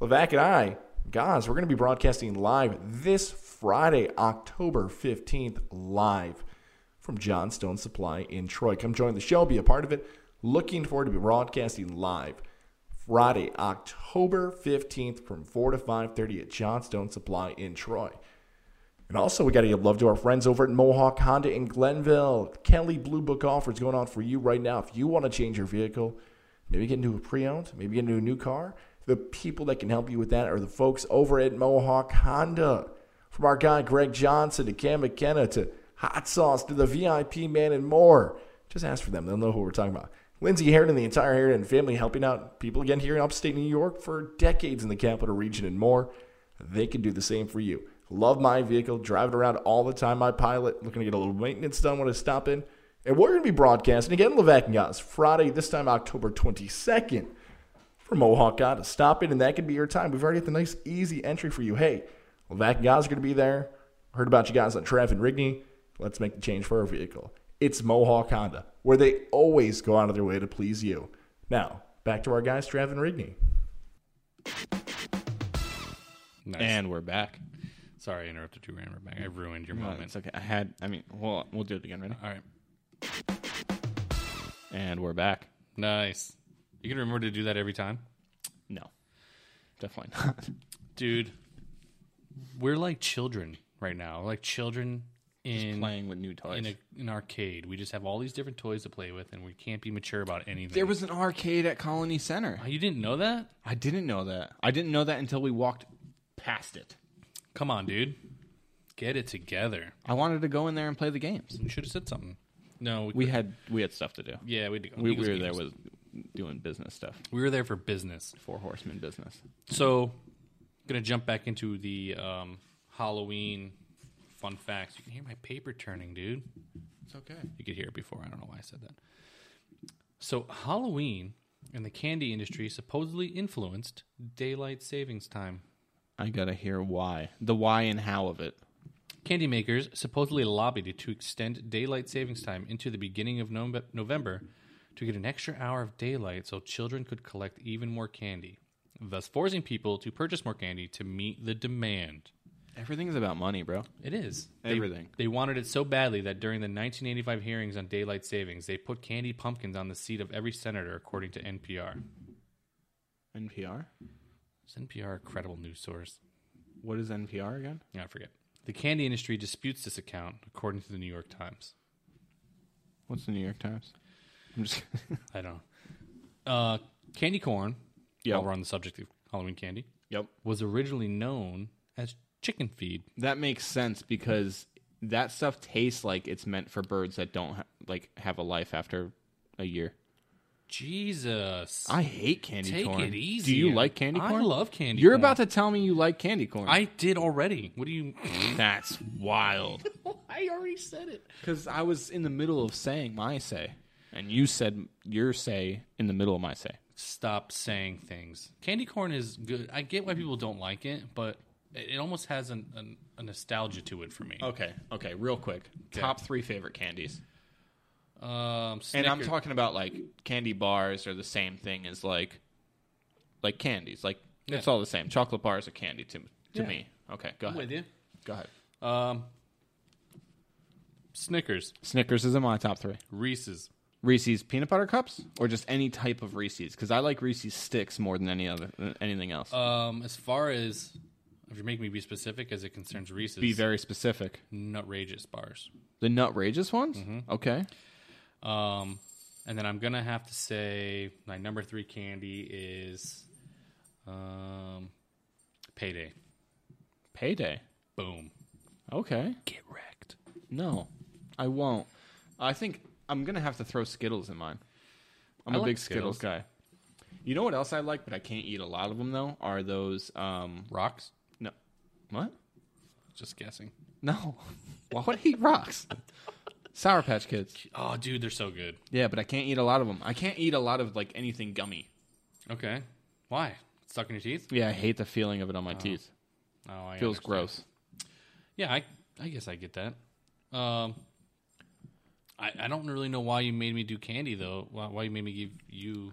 [SPEAKER 3] Levac and I, guys, we're going to be broadcasting live this Friday, October 15th, live from Johnstone Supply in Troy. Come join the show, be a part of it. Looking forward to be broadcasting live Friday, October 15th from 4 to 5.30 at Johnstone Supply in Troy. And also, we got to give love to our friends over at Mohawk Honda in Glenville. Kelly Blue Book offers going on for you right now. If you want to change your vehicle, maybe get into a pre-owned, maybe get into a new car. The people that can help you with that are the folks over at Mohawk Honda. From our guy Greg Johnson to Cam McKenna to Hot Sauce to the VIP man and more. Just ask for them; they'll know who we're talking about. Lindsay Harrington, the entire Harrington family, helping out people again here in upstate New York for decades in the capital region and more they can do the same for you. Love my vehicle, drive it around all the time. My pilot, looking to get a little maintenance done when I stop in. And we're going to be broadcasting again, Levac and Guys, Friday, this time October 22nd for Mohawk God to stop in, and that could be your time. We've already got the nice, easy entry for you. Hey, Levac and guys are going to be there. Heard about you guys on Trav and Rigney. Let's make the change for our vehicle. it's Mohawk Honda, where they always go out of their way to please you. Now, back to our guys, Trav and Rigney.
[SPEAKER 1] Nice.
[SPEAKER 2] And we're back.
[SPEAKER 1] Sorry, I interrupted you, Ram. I ruined your
[SPEAKER 2] No,
[SPEAKER 1] moment.
[SPEAKER 2] it's okay. I had. I mean, well, we'll do it again. Ready?
[SPEAKER 1] All right.
[SPEAKER 2] And we're back.
[SPEAKER 1] Nice. You can remember to do that every time?
[SPEAKER 2] No, definitely not.
[SPEAKER 1] Dude, we're like children right now. We're like children in
[SPEAKER 2] Playing with new toys.
[SPEAKER 1] in a, an arcade. We just have all these different toys to play with, and we can't be mature about anything.
[SPEAKER 2] there was an arcade at Colony Center.
[SPEAKER 1] Oh, you didn't know that?
[SPEAKER 2] I didn't know that. I didn't know that until we walked past it.
[SPEAKER 1] Come on, dude. Get it together.
[SPEAKER 2] I wanted to go in there and play the games.
[SPEAKER 1] You should have said something. No,
[SPEAKER 2] We had we had stuff to do.
[SPEAKER 1] yeah, we did.
[SPEAKER 2] We, we were there with doing business stuff.
[SPEAKER 1] we were there for business.
[SPEAKER 2] Four horsemen business.
[SPEAKER 1] So, gonna jump back into the um, Halloween fun facts. You can hear my paper turning, dude.
[SPEAKER 2] It's okay.
[SPEAKER 1] You could hear it before. I don't know why I said that. So, Halloween and the candy industry supposedly influenced daylight savings time.
[SPEAKER 2] I gotta hear why. The why and how of it.
[SPEAKER 1] Candy makers supposedly lobbied to extend daylight savings time into the beginning of Nove- November to get an extra hour of daylight so children could collect even more candy, thus forcing people to purchase more candy to meet the demand.
[SPEAKER 2] Everything's about money, bro.
[SPEAKER 1] It is.
[SPEAKER 2] Everything.
[SPEAKER 1] They wanted it so badly that during the 1985 hearings on daylight savings, they put candy pumpkins on the seat of every senator, according to NPR.
[SPEAKER 2] NPR.
[SPEAKER 1] Is NPR a credible news source?
[SPEAKER 2] What is NPR again?
[SPEAKER 1] Yeah, I forget. The candy industry disputes this account, according to the New York Times.
[SPEAKER 2] What's the New York Times? I'm just.
[SPEAKER 1] I don't know. Uh, candy corn,
[SPEAKER 2] Yep.
[SPEAKER 1] while we're on the subject of Halloween candy,
[SPEAKER 2] yep.
[SPEAKER 1] was originally known as chicken feed.
[SPEAKER 2] That makes sense because that stuff tastes like it's meant for birds that don't ha- like have a life after a year.
[SPEAKER 1] Jesus.
[SPEAKER 2] I hate candy
[SPEAKER 1] Take
[SPEAKER 2] corn.
[SPEAKER 1] it easy.
[SPEAKER 2] Do you like candy
[SPEAKER 1] I
[SPEAKER 2] corn?
[SPEAKER 1] love candy
[SPEAKER 2] You're
[SPEAKER 1] corn.
[SPEAKER 2] about to tell me you like candy corn.
[SPEAKER 1] I did already. What do you.
[SPEAKER 2] That's wild.
[SPEAKER 1] I already said it.
[SPEAKER 2] Because I was in the middle of saying my say, and you said your say in the middle of my say.
[SPEAKER 1] Stop saying things. Candy corn is good. I get why people don't like it, but it it almost has an, an, a nostalgia to it for me.
[SPEAKER 2] Okay, okay, real quick. Top three favorite candies.
[SPEAKER 1] Um,
[SPEAKER 2] And I'm
[SPEAKER 1] Snicker-
[SPEAKER 2] talking about like candy bars are the same thing as like like candies. Like it's all the same. Chocolate bars are candy to to me. Okay, go
[SPEAKER 1] I'm
[SPEAKER 2] ahead.
[SPEAKER 1] with you.
[SPEAKER 2] Go ahead.
[SPEAKER 1] Um, Snickers,
[SPEAKER 2] Snickers is in my top three.
[SPEAKER 1] Reese's,
[SPEAKER 2] Reese's peanut butter cups, or just any type of Reese's, because I like Reese's sticks more than any other than anything else.
[SPEAKER 1] Um, as far as if you're making me be specific as it concerns Reese's,
[SPEAKER 2] Be very specific.
[SPEAKER 1] nutrageous bars.
[SPEAKER 2] The nutrageous ones.
[SPEAKER 1] Mm-hmm.
[SPEAKER 2] Okay.
[SPEAKER 1] Um, and then I'm gonna have to say my number three candy is, um, payday.
[SPEAKER 2] Payday.
[SPEAKER 1] Boom.
[SPEAKER 2] Okay.
[SPEAKER 1] Get wrecked.
[SPEAKER 2] No, I won't. I think I'm gonna have to throw Skittles in mine. I'm
[SPEAKER 1] I
[SPEAKER 2] am a
[SPEAKER 1] like
[SPEAKER 2] big Skittles.
[SPEAKER 1] Skittles.
[SPEAKER 2] guy. You know what else I like, but I can't eat a lot of them though. Are those um
[SPEAKER 1] Rocks.
[SPEAKER 2] no, what?
[SPEAKER 1] Just guessing.
[SPEAKER 2] No, why would I eat rocks? Sour Patch Kids.
[SPEAKER 1] Oh, dude, they're so good.
[SPEAKER 2] Yeah, but I can't eat a lot of them. I can't eat a lot of like anything gummy.
[SPEAKER 1] Okay. Why? Stuck in your teeth?
[SPEAKER 2] Yeah, I hate the feeling of it on my teeth.
[SPEAKER 1] Oh, I
[SPEAKER 2] Feels
[SPEAKER 1] understand.
[SPEAKER 2] gross.
[SPEAKER 1] Yeah, I I guess I get that. Um, I I don't really know why you made me do candy though. Why, why you made me give you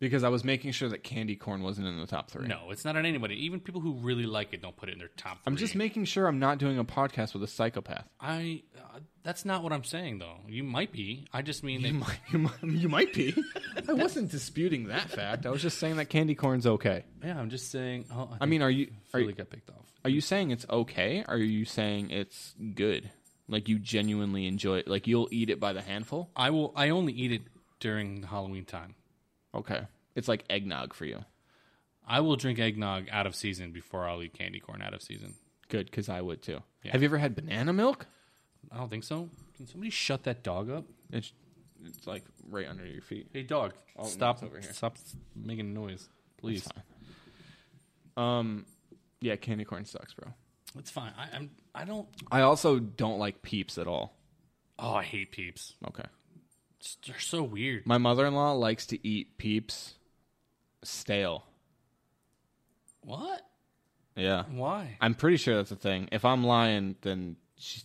[SPEAKER 2] Because I was making sure that candy corn wasn't in the top three.
[SPEAKER 1] No, it's not on anybody. Even people who really like it don't put it in their top.
[SPEAKER 2] I'm
[SPEAKER 1] three.
[SPEAKER 2] just making sure I'm not doing a podcast with a psychopath.
[SPEAKER 1] I. Uh, that's not what I'm saying though. You might be. I just mean that.
[SPEAKER 2] You might, you might, you might be. I wasn't disputing that fact. I was just saying that candy corn's okay.
[SPEAKER 1] yeah, I'm just saying. Oh,
[SPEAKER 2] I mean, are you
[SPEAKER 1] I
[SPEAKER 2] are,
[SPEAKER 1] really
[SPEAKER 2] you-
[SPEAKER 1] got picked off.
[SPEAKER 2] are you saying it's okay? Or are you saying it's good? Like you genuinely enjoy it? Like you'll eat it by the handful?
[SPEAKER 1] I will. I only eat it during Halloween time.
[SPEAKER 2] Okay, it's like eggnog for you.
[SPEAKER 1] I will drink eggnog out of season before I'll eat candy corn out of season.
[SPEAKER 2] Good, because I would too.
[SPEAKER 1] Yeah.
[SPEAKER 2] Have you ever had banana milk?
[SPEAKER 1] I don't think so. Can somebody shut that dog up?
[SPEAKER 2] It's it's like right under your feet.
[SPEAKER 1] Hey, dog! stop!
[SPEAKER 2] Oh, it's over here.
[SPEAKER 1] Stop making noise, please.
[SPEAKER 2] It's fine. Um, yeah, candy corn sucks, bro.
[SPEAKER 1] It's fine. I, I'm. I don't.
[SPEAKER 2] I also don't like peeps at all.
[SPEAKER 1] Oh, I hate peeps.
[SPEAKER 2] Okay.
[SPEAKER 1] It's- they're so weird.
[SPEAKER 2] My mother in law likes to eat peeps stale.
[SPEAKER 1] What?
[SPEAKER 2] Yeah.
[SPEAKER 1] Why?
[SPEAKER 2] I'm pretty sure that's a thing. If I'm lying, then she,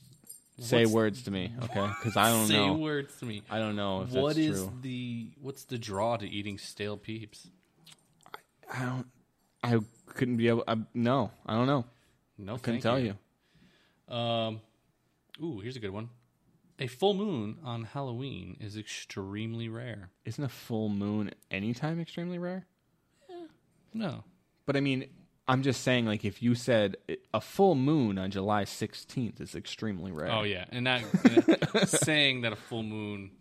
[SPEAKER 2] Say
[SPEAKER 1] What's-
[SPEAKER 2] words to me, okay? Because I don't
[SPEAKER 1] Say
[SPEAKER 2] know.
[SPEAKER 1] words to me.
[SPEAKER 2] I don't know if
[SPEAKER 1] What
[SPEAKER 2] that's
[SPEAKER 1] is
[SPEAKER 2] true.
[SPEAKER 1] the what's the draw to eating stale peeps?
[SPEAKER 2] I don't. I couldn't be able. I, no, I don't know.
[SPEAKER 1] No,
[SPEAKER 2] Couldn't
[SPEAKER 1] thank
[SPEAKER 2] tell you.
[SPEAKER 1] Um, ooh, here's a good one. A full moon on Halloween is extremely rare.
[SPEAKER 2] Isn't a full moon anytime extremely rare?
[SPEAKER 1] No,
[SPEAKER 2] But I mean, I'm just saying, like, if you said it- a full moon on July 16th is extremely rare.
[SPEAKER 1] Oh yeah, and that and saying that a full moon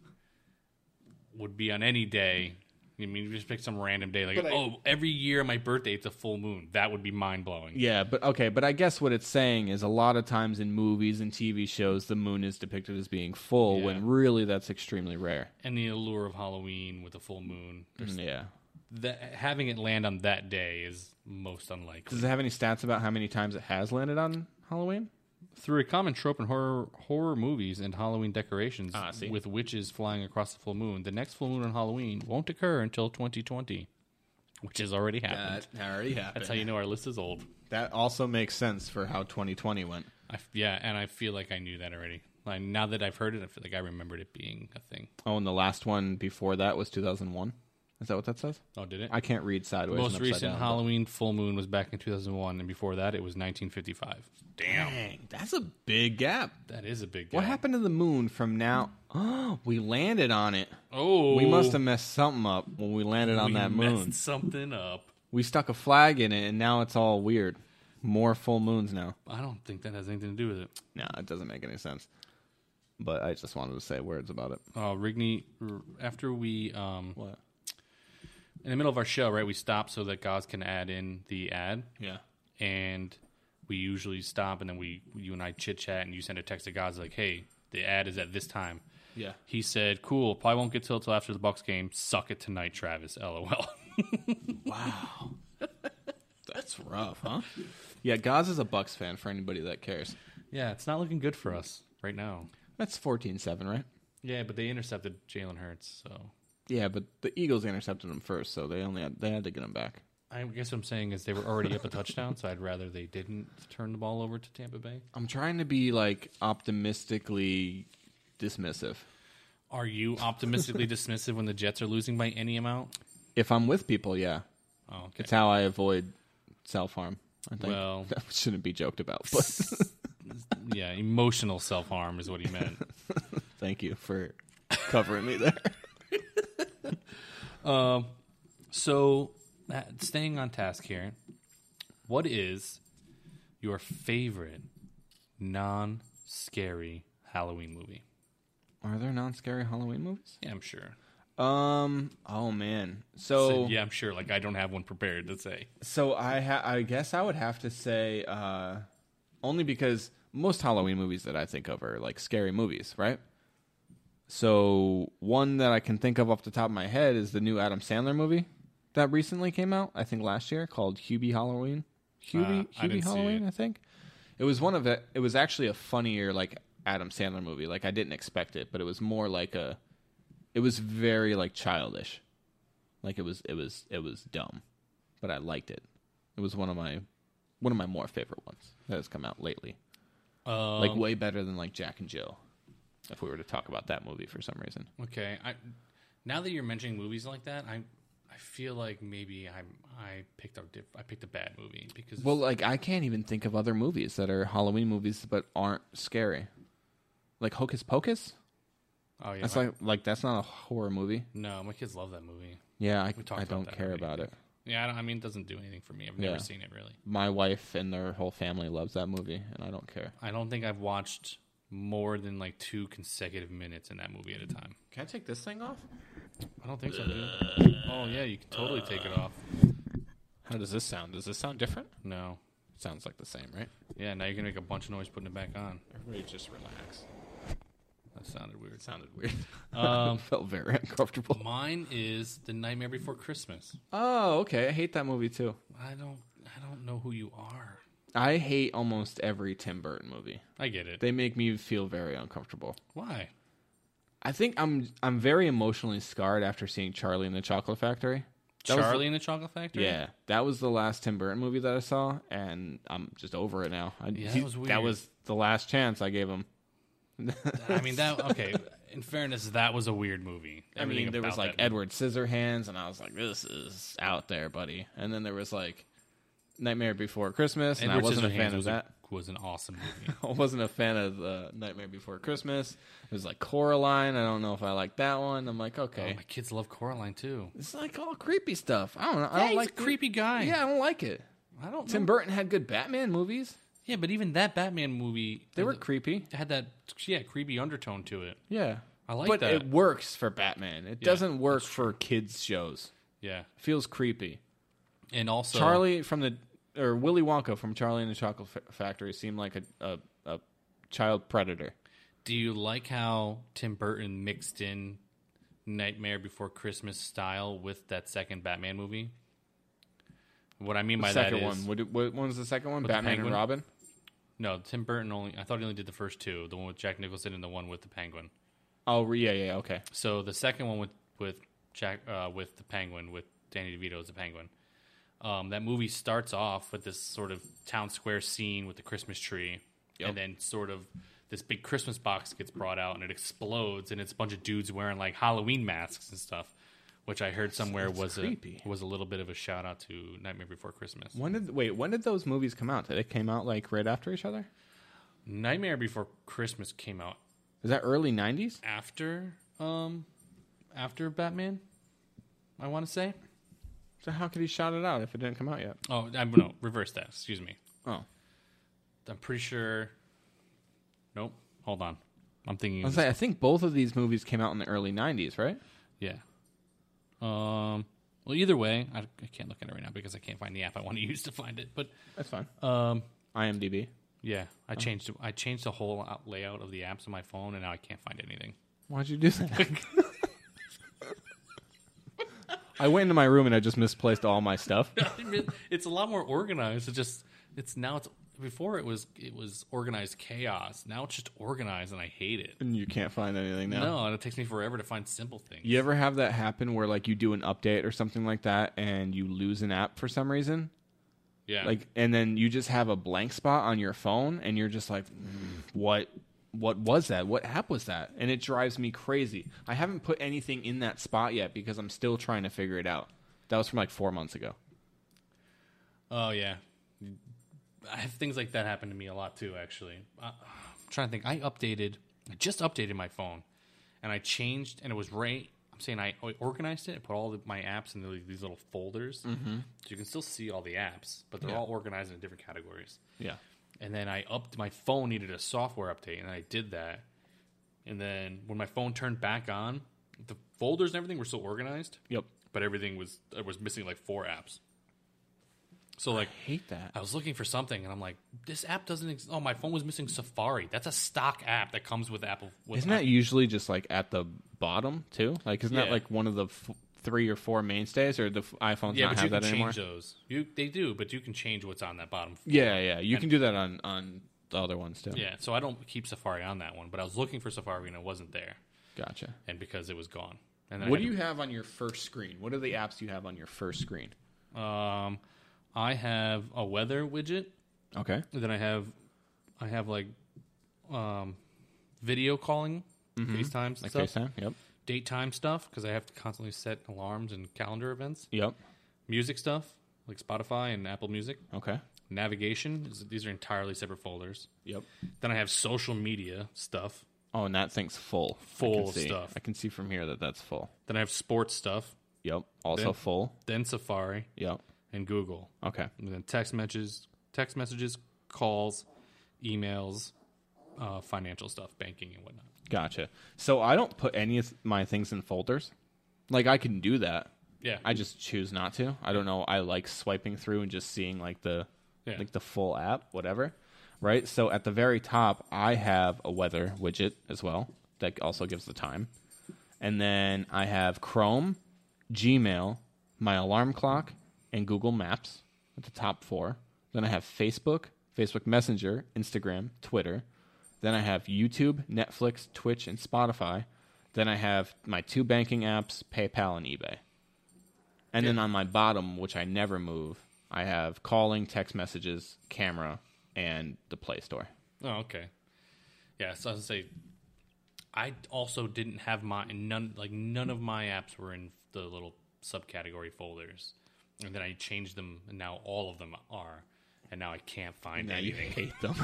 [SPEAKER 1] would be on any day. I mean, you just pick some random day, like
[SPEAKER 2] But I-
[SPEAKER 1] oh, every year my birthday it's a full moon. That would be mind blowing.
[SPEAKER 2] Yeah, but okay, but I guess what it's saying is a lot of times in movies and TV shows, the moon is depicted as being full
[SPEAKER 1] Yeah.
[SPEAKER 2] when really that's extremely rare. Mm,
[SPEAKER 1] And the allure of Halloween with a full moon,
[SPEAKER 2] Yeah.
[SPEAKER 1] that, having it land on that day is most unlikely.
[SPEAKER 2] Does it have any stats about how many times it has landed on Halloween?
[SPEAKER 1] Through a common trope in horror horror movies and Halloween decorations,
[SPEAKER 2] Ah, see.
[SPEAKER 1] with witches flying across the full moon, the next full moon on Halloween won't occur until 2020, which has already happened.
[SPEAKER 2] already
[SPEAKER 1] That's
[SPEAKER 2] happened.
[SPEAKER 1] how you know our list is old.
[SPEAKER 2] that also makes sense for how 2020 went.
[SPEAKER 1] I f yeah, and I feel like I knew that already. Like now that I've heard it, I feel like I remembered it being a thing.
[SPEAKER 2] Oh, and the last one before that was 2001. Is that what that says?
[SPEAKER 1] Oh, did it?
[SPEAKER 2] I can't read sideways. and
[SPEAKER 1] Most
[SPEAKER 2] upside
[SPEAKER 1] recent
[SPEAKER 2] down, but-
[SPEAKER 1] Halloween full moon was back in 2001, and before that, it was 1955. Damn,
[SPEAKER 2] Dang, that's a big gap.
[SPEAKER 1] that is a big.
[SPEAKER 2] What
[SPEAKER 1] gap.
[SPEAKER 2] happened to the moon from now? Oh, we landed on it.
[SPEAKER 1] Oh,
[SPEAKER 2] We must have messed something up when we landed on
[SPEAKER 1] we
[SPEAKER 2] that
[SPEAKER 1] messed
[SPEAKER 2] moon.
[SPEAKER 1] something up.
[SPEAKER 2] We stuck a flag in it, and now it's all weird. More full moons now.
[SPEAKER 1] I don't think that has anything to do with it.
[SPEAKER 2] No, it doesn't make any sense. But I just wanted to say words about it.
[SPEAKER 1] Uh, Rigney, r- after we um,
[SPEAKER 2] What?
[SPEAKER 1] in the middle of our show, right? We stop so that Gaz can add in the ad.
[SPEAKER 2] Yeah.
[SPEAKER 1] and we usually stop and then we you and I chit chat and you send a text to God's like, hey, the ad is at this time.
[SPEAKER 2] Yeah.
[SPEAKER 1] He said, cool, probably won't get till till after the Bucks game. Suck it tonight, Travis. LOL.
[SPEAKER 2] Wow. That's rough, huh? Yeah, Gaz is a Bucks fan for anybody that cares.
[SPEAKER 1] yeah, it's not looking good for us right now.
[SPEAKER 2] That's 14 7, right?
[SPEAKER 1] Yeah, but they intercepted Jalen Hurts, so
[SPEAKER 2] Yeah, but the Eagles intercepted him first, so they only had, they had to get him back.
[SPEAKER 1] I guess what I'm saying is they were already up a touchdown, so I'd rather they didn't turn the ball over to Tampa Bay.
[SPEAKER 2] I'm trying to be like optimistically dismissive.
[SPEAKER 1] Are you optimistically dismissive when the Jets are losing by any amount?
[SPEAKER 2] If I'm with people, yeah,
[SPEAKER 1] Oh, okay.
[SPEAKER 2] it's how I avoid self harm. I think
[SPEAKER 1] Well-
[SPEAKER 2] that shouldn't be joked about, but
[SPEAKER 1] yeah, emotional self harm is what he meant.
[SPEAKER 2] thank you for covering me there.
[SPEAKER 1] So, that, staying on task here, what is your favorite non-scary Halloween movie?
[SPEAKER 2] Are there non-scary Halloween movies?
[SPEAKER 1] Yeah, I'm sure.
[SPEAKER 2] Um. Oh man.
[SPEAKER 1] So,
[SPEAKER 2] So
[SPEAKER 1] yeah, I'm sure. Like, I don't have one prepared to say.
[SPEAKER 2] So I ha- I guess I would have to say uh, only because most Halloween movies that I think of are like scary movies, right? So one that I can think of off the top of my head is the new Adam Sandler movie that recently came out, I think last year, called Hubie Halloween. Hubie,
[SPEAKER 1] Uh, I
[SPEAKER 2] Hubie
[SPEAKER 1] didn't see
[SPEAKER 2] Halloween,
[SPEAKER 1] it.
[SPEAKER 2] I think. It was one of it. It was actually a funnier like Adam Sandler movie. Like I didn't expect it, but it was more like a. It was very like childish, like it was it was it was dumb, but I liked it. It was one of my one of my more favorite ones that has come out lately.
[SPEAKER 1] Uh,
[SPEAKER 2] Like way better than like Jack and Jill. If we were to talk about that movie for some reason,
[SPEAKER 1] okay. I, now that you're mentioning movies like that, I I feel like maybe I I picked a diff, I picked a bad movie because
[SPEAKER 2] well, like I can't even think of other movies that are Halloween movies but aren't scary. Like Hocus Pocus,
[SPEAKER 1] oh yeah,
[SPEAKER 2] that's
[SPEAKER 1] my-
[SPEAKER 2] like like that's not a horror movie.
[SPEAKER 1] no, my kids love that movie.
[SPEAKER 2] Yeah, I,
[SPEAKER 1] talked
[SPEAKER 2] I
[SPEAKER 1] about
[SPEAKER 2] don't
[SPEAKER 1] that
[SPEAKER 2] care
[SPEAKER 1] already, I
[SPEAKER 2] about it.
[SPEAKER 1] Yeah, I, don't, I mean, it doesn't do anything for me. I've never
[SPEAKER 2] Yeah.
[SPEAKER 1] seen it really.
[SPEAKER 2] My wife and their whole family loves that movie, and I don't care.
[SPEAKER 1] I don't think I've watched more than like two consecutive minutes in that movie at a time.
[SPEAKER 2] Can I take this thing off?
[SPEAKER 1] I don't think so. Dude. Oh yeah, you can totally take it off.
[SPEAKER 2] How does this sound? Does this sound different?
[SPEAKER 1] No.
[SPEAKER 2] Sounds like the same, right?
[SPEAKER 1] Yeah, now you're gonna make a bunch of noise putting it back on.
[SPEAKER 2] Everybody just relax.
[SPEAKER 1] That sounded weird.
[SPEAKER 2] Sounded weird. felt very uncomfortable.
[SPEAKER 1] Mine is The Nightmare Before Christmas.
[SPEAKER 2] Oh, okay. I hate that movie too.
[SPEAKER 1] I don't, I don't know who you are.
[SPEAKER 2] I hate almost every Tim Burton movie.
[SPEAKER 1] I get it.
[SPEAKER 2] They make me feel very uncomfortable.
[SPEAKER 1] Why?
[SPEAKER 2] I think I'm I'm very emotionally scarred after seeing Charlie in the Chocolate Factory. That was-
[SPEAKER 1] Charlie in the Chocolate Factory.
[SPEAKER 2] yeah, that was the last Tim Burton movie that I saw, and I'm just over it now. I,
[SPEAKER 1] Yeah, that was
[SPEAKER 2] That
[SPEAKER 1] weird.
[SPEAKER 2] was the last chance I gave him.
[SPEAKER 1] I mean that. Okay, in fairness, that was a weird movie.
[SPEAKER 2] I mean,
[SPEAKER 1] Everything
[SPEAKER 2] there was
[SPEAKER 1] about
[SPEAKER 2] like
[SPEAKER 1] that
[SPEAKER 2] Edward Scissorhands, and I was like, "This is out there, buddy." And then there was like Nightmare Before Christmas, and
[SPEAKER 1] Edward
[SPEAKER 2] I wasn't a fan
[SPEAKER 1] Scissorhands
[SPEAKER 2] of
[SPEAKER 1] was
[SPEAKER 2] that.
[SPEAKER 1] was an awesome movie.
[SPEAKER 2] I wasn't a fan of the Nightmare Before Christmas. It was like Coraline. I don't know if I like that one. I'm like, okay,
[SPEAKER 1] Oh, my kids love Coraline too.
[SPEAKER 2] it's like all creepy stuff. I don't know. I
[SPEAKER 1] Yeah,
[SPEAKER 2] don't
[SPEAKER 1] he's
[SPEAKER 2] like
[SPEAKER 1] a creepy guy.
[SPEAKER 2] Yeah, I don't like it.
[SPEAKER 1] I don't.
[SPEAKER 2] Tim
[SPEAKER 1] know.
[SPEAKER 2] Burton had good Batman movies.
[SPEAKER 1] Yeah, but even that Batman movie,
[SPEAKER 2] They were creepy.
[SPEAKER 1] had that yeah creepy undertone to it.
[SPEAKER 2] Yeah,
[SPEAKER 1] I like
[SPEAKER 2] but
[SPEAKER 1] that.
[SPEAKER 2] it works for Batman. It doesn't work for kids shows.
[SPEAKER 1] Yeah,
[SPEAKER 2] feels creepy.
[SPEAKER 1] and also
[SPEAKER 2] Charlie from the or Willy Wonka from Charlie and the Chocolate Fa- Factory seemed like a, a a child predator.
[SPEAKER 1] Do you like how Tim Burton mixed in Nightmare Before Christmas style with that second Batman movie? What I mean
[SPEAKER 2] The
[SPEAKER 1] by that
[SPEAKER 2] second
[SPEAKER 1] is
[SPEAKER 2] one. What, what one was the second one?
[SPEAKER 1] the
[SPEAKER 2] Batman and
[SPEAKER 1] penguin?
[SPEAKER 2] Robin.
[SPEAKER 1] no, Tim Burton only. I thought he only did the first two, the one with Jack Nicholson and the one with the Penguin.
[SPEAKER 2] Oh re- yeah, yeah, okay.
[SPEAKER 1] So the second one with with Jack uh, with the Penguin with Danny DeVito as the Penguin. Um, that movie starts off with this sort of town square scene with the Christmas tree,
[SPEAKER 2] Yep.
[SPEAKER 1] and then sort of this big Christmas box gets brought out and it explodes, and it's a bunch of dudes wearing like Halloween masks and stuff, which I heard somewhere
[SPEAKER 2] that's
[SPEAKER 1] was
[SPEAKER 2] creepy.
[SPEAKER 1] a was a little bit of a shout out to Nightmare Before Christmas.
[SPEAKER 2] When did wait? When did those movies come out? Did it came out like right after each other?
[SPEAKER 1] Nightmare Before Christmas came out
[SPEAKER 2] Is that early '90s?
[SPEAKER 1] after um after Batman, I want to say.
[SPEAKER 2] So how could he shout it out if it didn't come out yet?
[SPEAKER 1] Oh, I, no, reverse that. Excuse me.
[SPEAKER 2] Oh,
[SPEAKER 1] I'm pretty sure. Nope. Hold on. I'm thinking.
[SPEAKER 2] I was like, I think both of these movies came out in the early '90s, right?
[SPEAKER 1] yeah. Um. Well, either way, I, I can't look at it right now because I can't find the app I want to use to find it. But
[SPEAKER 2] That's fine.
[SPEAKER 1] um,
[SPEAKER 2] IMDb.
[SPEAKER 1] yeah, I changed I changed the whole out- layout of the apps on my phone, and now I can't find anything.
[SPEAKER 2] Why'd you do that? I went into my room and I just misplaced all my stuff.
[SPEAKER 1] it's a lot more organized. It's just it's now it's before it was it was organized chaos. Now it's just organized, and I hate it.
[SPEAKER 2] and you can't find anything now.
[SPEAKER 1] No, and it takes me forever to find simple things.
[SPEAKER 2] You ever have that happen where like you do an update or something like that and you lose an app for some reason?
[SPEAKER 1] Yeah.
[SPEAKER 2] Like and then you just have a blank spot on your phone and you're just like what what was that? What app was that? And it drives me crazy. I haven't put anything in that spot yet because I'm still trying to figure it out. That was from like 4 months ago.
[SPEAKER 1] Oh yeah, I have things like that happen to me a lot too. Actually, I, I'm trying to think. I updated, I just updated my phone, and I changed, and it was right. I'm saying I I organized it. I put all the, my apps in the, these little folders, so you can still see all the apps, but they're all organized in different categories.
[SPEAKER 2] Yeah.
[SPEAKER 1] And then I upped my phone needed a software update, and I did that. And then when my phone turned back on, the folders and everything were still organized,
[SPEAKER 2] Yep.
[SPEAKER 1] but everything was I was missing like four apps. So like
[SPEAKER 2] Hate that.
[SPEAKER 1] I was looking for something, and I'm like, this app doesn't. Ex- oh, my phone was missing Safari. That's a stock app that comes with Apple. With
[SPEAKER 2] Isn't that usually just like at the bottom too? Like isn't that
[SPEAKER 1] Yeah.
[SPEAKER 2] like one of the f- three or four mainstays or the f- iPhones
[SPEAKER 1] yeah? But you
[SPEAKER 2] not have
[SPEAKER 1] can
[SPEAKER 2] that
[SPEAKER 1] change
[SPEAKER 2] anymore?
[SPEAKER 1] those. You they do, but you can change what's on that bottom.
[SPEAKER 2] Yeah, yeah. You can do that on on the other ones too.
[SPEAKER 1] Yeah, so I don't keep Safari on that one, but I was looking for Safari and it wasn't there,
[SPEAKER 2] Gotcha.
[SPEAKER 1] and because it was gone. And then I
[SPEAKER 2] What do
[SPEAKER 1] had
[SPEAKER 2] you have on your first screen? What are the apps you have on your first screen?
[SPEAKER 1] to- Um, I have a weather widget.
[SPEAKER 2] Okay.
[SPEAKER 1] and Then I have, I have like, um, video calling, FaceTime
[SPEAKER 2] Mm-hmm. Like
[SPEAKER 1] stuff,
[SPEAKER 2] FaceTime. Yep.
[SPEAKER 1] date time stuff because I have to constantly set alarms and calendar events.
[SPEAKER 2] Yep.
[SPEAKER 1] music stuff like Spotify and Apple Music.
[SPEAKER 2] Okay.
[SPEAKER 1] Navigation, is- these are entirely separate folders.
[SPEAKER 2] Yep.
[SPEAKER 1] Then I have social media stuff.
[SPEAKER 2] Oh, and that thing's full. I
[SPEAKER 1] Full
[SPEAKER 2] can
[SPEAKER 1] of
[SPEAKER 2] see.
[SPEAKER 1] stuff.
[SPEAKER 2] I can see from here that that's full.
[SPEAKER 1] Then I have sports stuff.
[SPEAKER 2] Yep. Also
[SPEAKER 1] Then-
[SPEAKER 2] full.
[SPEAKER 1] Then Safari
[SPEAKER 2] Yep.
[SPEAKER 1] and Google.
[SPEAKER 2] Okay.
[SPEAKER 1] And then text messages, text messages, calls, emails, uh, financial stuff, banking and whatnot.
[SPEAKER 2] Gotcha. So I don't put any of my things in folders. Like I can do that.
[SPEAKER 1] Yeah,
[SPEAKER 2] I just choose not to. I don't know. I like swiping through and just seeing like the
[SPEAKER 1] Yeah.
[SPEAKER 2] like the full app, whatever. Right? So at the very top, I have a weather widget as well that also gives the time. And then I have Chrome, Gmail, my alarm clock, and Google Maps at the top 4. Then I have Facebook, Facebook Messenger, Instagram, Twitter. Then I have YouTube, Netflix, Twitch, and Spotify. Then I have my two banking apps, PayPal and eBay. And then on my bottom, which I never move, I have calling, text messages, camera, and the Play Store.
[SPEAKER 1] Oh, okay. Yeah, so I was gonna say I also didn't have my and none like none of my apps were in the little subcategory folders, and then I changed them, and now all of them are, and now I can't find
[SPEAKER 2] Now you
[SPEAKER 1] anything.
[SPEAKER 2] hate them.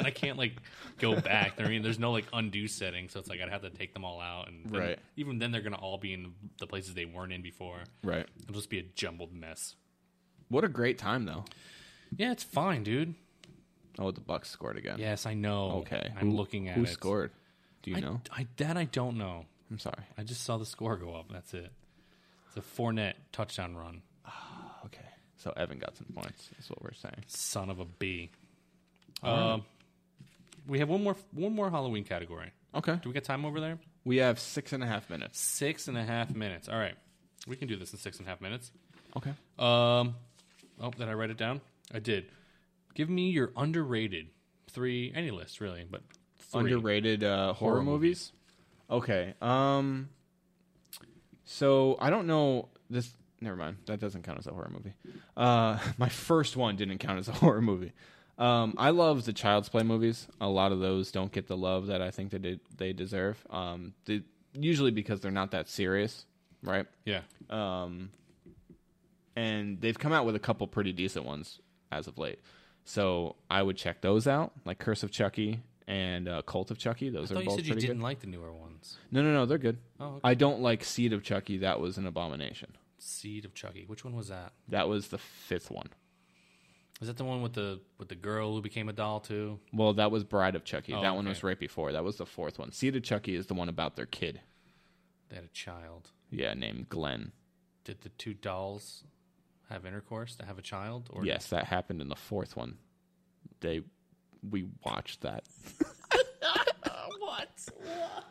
[SPEAKER 1] I can't like go back. I mean, there's no like undo setting, so it's like I'd have to take them all out, and then-
[SPEAKER 2] Right.
[SPEAKER 1] Even then, they're gonna all be in the places they weren't in before.
[SPEAKER 2] right.
[SPEAKER 1] It'll just be a jumbled mess.
[SPEAKER 2] What a great time though.
[SPEAKER 1] Yeah, it's fine, dude.
[SPEAKER 2] Oh, the Bucks scored again.
[SPEAKER 1] Yes, I know.
[SPEAKER 2] Okay.
[SPEAKER 1] I'm
[SPEAKER 2] Who-
[SPEAKER 1] looking at
[SPEAKER 2] who
[SPEAKER 1] it.
[SPEAKER 2] scored. Do you
[SPEAKER 1] I,
[SPEAKER 2] know?
[SPEAKER 1] I that I don't know.
[SPEAKER 2] I'm sorry.
[SPEAKER 1] I just saw the score go up. That's it. It's a four net touchdown run.
[SPEAKER 2] Okay. So Evan got some points. That's what we're saying.
[SPEAKER 1] Son of a b. Um, we have one more one more Halloween category.
[SPEAKER 2] Okay.
[SPEAKER 1] Do we get time over there?
[SPEAKER 2] We have six and a half minutes.
[SPEAKER 1] Six and a half minutes. All right, we can do this in six and a half minutes.
[SPEAKER 2] Okay.
[SPEAKER 1] Um, oh, did I write it down? I did. Give me your underrated three, any list really, but three.
[SPEAKER 2] Underrated uh, horror, movies. Okay. Um. So I don't know this. Never mind. That doesn't count as a horror movie. Uh, my first one didn't count as a horror movie. Um, I love the Child's Play movies. A lot of those don't get the love that I think that they, they deserve. Um, they, usually because they're not that serious, right?
[SPEAKER 1] Yeah,
[SPEAKER 2] um, and they've come out with a couple pretty decent ones as of late. So I would check those out, like Curse of Chucky and uh, Cult of Chucky. Those
[SPEAKER 1] I
[SPEAKER 2] are
[SPEAKER 1] thought you
[SPEAKER 2] both
[SPEAKER 1] said you
[SPEAKER 2] pretty
[SPEAKER 1] didn't
[SPEAKER 2] good.
[SPEAKER 1] like the newer ones.
[SPEAKER 2] No, no, no, they're good.
[SPEAKER 1] Oh, okay.
[SPEAKER 2] I don't like Seed of Chucky. That was an abomination.
[SPEAKER 1] Seed of Chucky. Which one was that?
[SPEAKER 2] That was the fifth one.
[SPEAKER 1] Is that the one with the with the girl who became a doll too?
[SPEAKER 2] Well, that was Bride of Chucky.
[SPEAKER 1] Oh,
[SPEAKER 2] that one
[SPEAKER 1] okay.
[SPEAKER 2] was right before. That was the fourth one. Seed of Chucky is the one about their kid.
[SPEAKER 1] They had a child.
[SPEAKER 2] Yeah, named Glenn.
[SPEAKER 1] Did the two dolls have intercourse to have a child? Or
[SPEAKER 2] Yes, that happened in the fourth one. They, we watched that. what? What?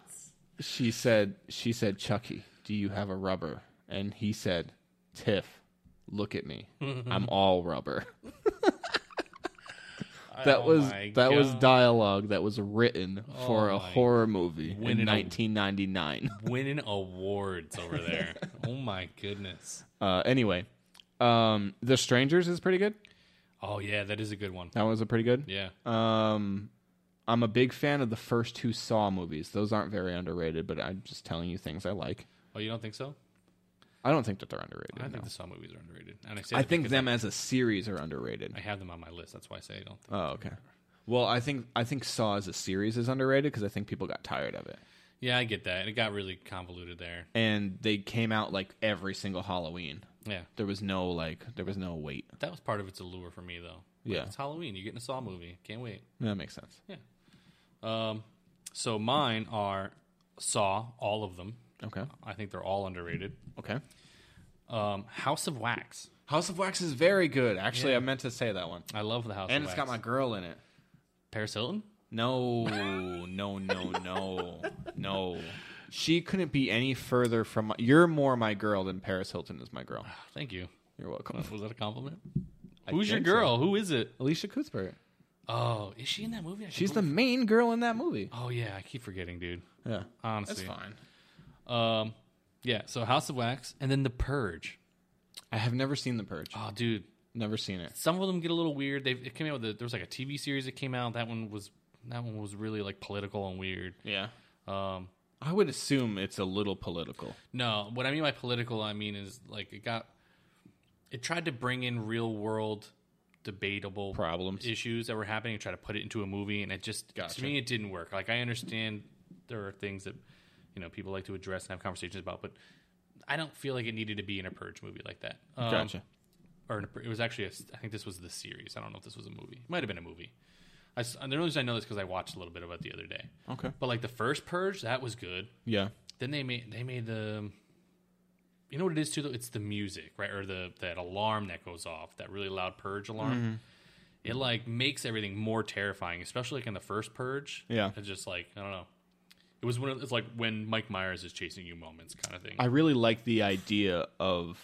[SPEAKER 2] She said. She said, Chucky, do you have a rubber? And he said, Tiff, look at me. I'm all rubber. That
[SPEAKER 1] Oh
[SPEAKER 2] was
[SPEAKER 1] my
[SPEAKER 2] that was
[SPEAKER 1] God.
[SPEAKER 2] dialogue that was written for
[SPEAKER 1] Oh
[SPEAKER 2] a
[SPEAKER 1] my-
[SPEAKER 2] horror movie in
[SPEAKER 1] Winning a-
[SPEAKER 2] 1999.
[SPEAKER 1] winning awards over there. oh my goodness.
[SPEAKER 2] Uh, anyway, um, The Strangers is pretty good.
[SPEAKER 1] Oh yeah, that is a good one.
[SPEAKER 2] That was a pretty good.
[SPEAKER 1] Yeah.
[SPEAKER 2] Um, I'm a big fan of the first two Saw movies. Those aren't very underrated, but I'm just telling you things I like.
[SPEAKER 1] oh, you don't think so?
[SPEAKER 2] I don't think that they're underrated.
[SPEAKER 1] I
[SPEAKER 2] no. I
[SPEAKER 1] think
[SPEAKER 2] think,
[SPEAKER 1] the Saw movies are underrated, and I say that because
[SPEAKER 2] them as a series are underrated.
[SPEAKER 1] I have them on my list. That's why I say I don't. Think.
[SPEAKER 2] oh, okay. Well, I think I think Saw as a series is underrated because I think people got tired of it,
[SPEAKER 1] Yeah, I get that. It got really convoluted there.
[SPEAKER 2] and they came out like every single Halloween.
[SPEAKER 1] Yeah,
[SPEAKER 2] There was no like, there was no wait.
[SPEAKER 1] that was part of its allure for me though.
[SPEAKER 2] Yeah.
[SPEAKER 1] it's Halloween. You're getting a Saw movie. Can't wait.
[SPEAKER 2] That makes sense.
[SPEAKER 1] Um, so mine are Saw, all of them.
[SPEAKER 2] Okay.
[SPEAKER 1] I think they're all underrated.
[SPEAKER 2] Okay.
[SPEAKER 1] Um, House of Wax.
[SPEAKER 2] House of Wax is very good. Actually, I meant to say that one,
[SPEAKER 1] I love the House
[SPEAKER 2] and
[SPEAKER 1] of
[SPEAKER 2] it's
[SPEAKER 1] Wax.
[SPEAKER 2] got my girl in it.
[SPEAKER 1] Paris Hilton.
[SPEAKER 2] No, no, no, no, no. She couldn't be any further from. My, you're more my girl than Paris Hilton is my girl.
[SPEAKER 1] Oh, Thank you.
[SPEAKER 2] You're welcome.
[SPEAKER 1] Was that a compliment?
[SPEAKER 2] I
[SPEAKER 1] Who's your
[SPEAKER 2] think so.
[SPEAKER 1] girl? Who is it?
[SPEAKER 2] Alicia Cuthbert.
[SPEAKER 1] Oh, is she in that movie? I
[SPEAKER 2] She's the
[SPEAKER 1] keep-
[SPEAKER 2] main girl in that movie.
[SPEAKER 1] Oh yeah, I keep forgetting, dude.
[SPEAKER 2] Yeah, that's
[SPEAKER 1] Honestly,
[SPEAKER 2] fine.
[SPEAKER 1] Um, yeah. So House of Wax, and then The Purge.
[SPEAKER 2] I have never seen The Purge.
[SPEAKER 1] Oh, dude,
[SPEAKER 2] Never seen it.
[SPEAKER 1] some of them get a little weird. They it came out with a, there was like a TV series that came out. That one was that one was really like political and weird.
[SPEAKER 2] Yeah,
[SPEAKER 1] Um,
[SPEAKER 2] I would assume it's a little political.
[SPEAKER 1] No, what I mean by political, I mean is like it got it tried to bring in real world debatable
[SPEAKER 2] Problems.
[SPEAKER 1] issues that were happening and try to put it into a movie and it just
[SPEAKER 2] Gotcha.
[SPEAKER 1] to me it didn't work. Like I understand there are things that you know people like to address and have conversations about, but I don't feel like it needed to be in a purge movie like that. Um,
[SPEAKER 2] Gotcha.
[SPEAKER 1] Or in a, pur- it was actually a, I think this was the series. I don't know if this was a movie. It might have been a movie. I, s- and the only reason I know this because I watched a little bit of it the other day.
[SPEAKER 2] okay.
[SPEAKER 1] But like the first purge, that was good.
[SPEAKER 2] Yeah.
[SPEAKER 1] Then they made they made the you know what it is too though? It's the music, right? Or the that alarm that goes off, that really loud purge alarm.
[SPEAKER 2] Mm-hmm.
[SPEAKER 1] It like makes everything more terrifying, especially like in the first purge.
[SPEAKER 2] Yeah.
[SPEAKER 1] It's just like, I don't know. It was one of it's like when Mike Myers is chasing you moments kind of thing.
[SPEAKER 2] I really like the idea of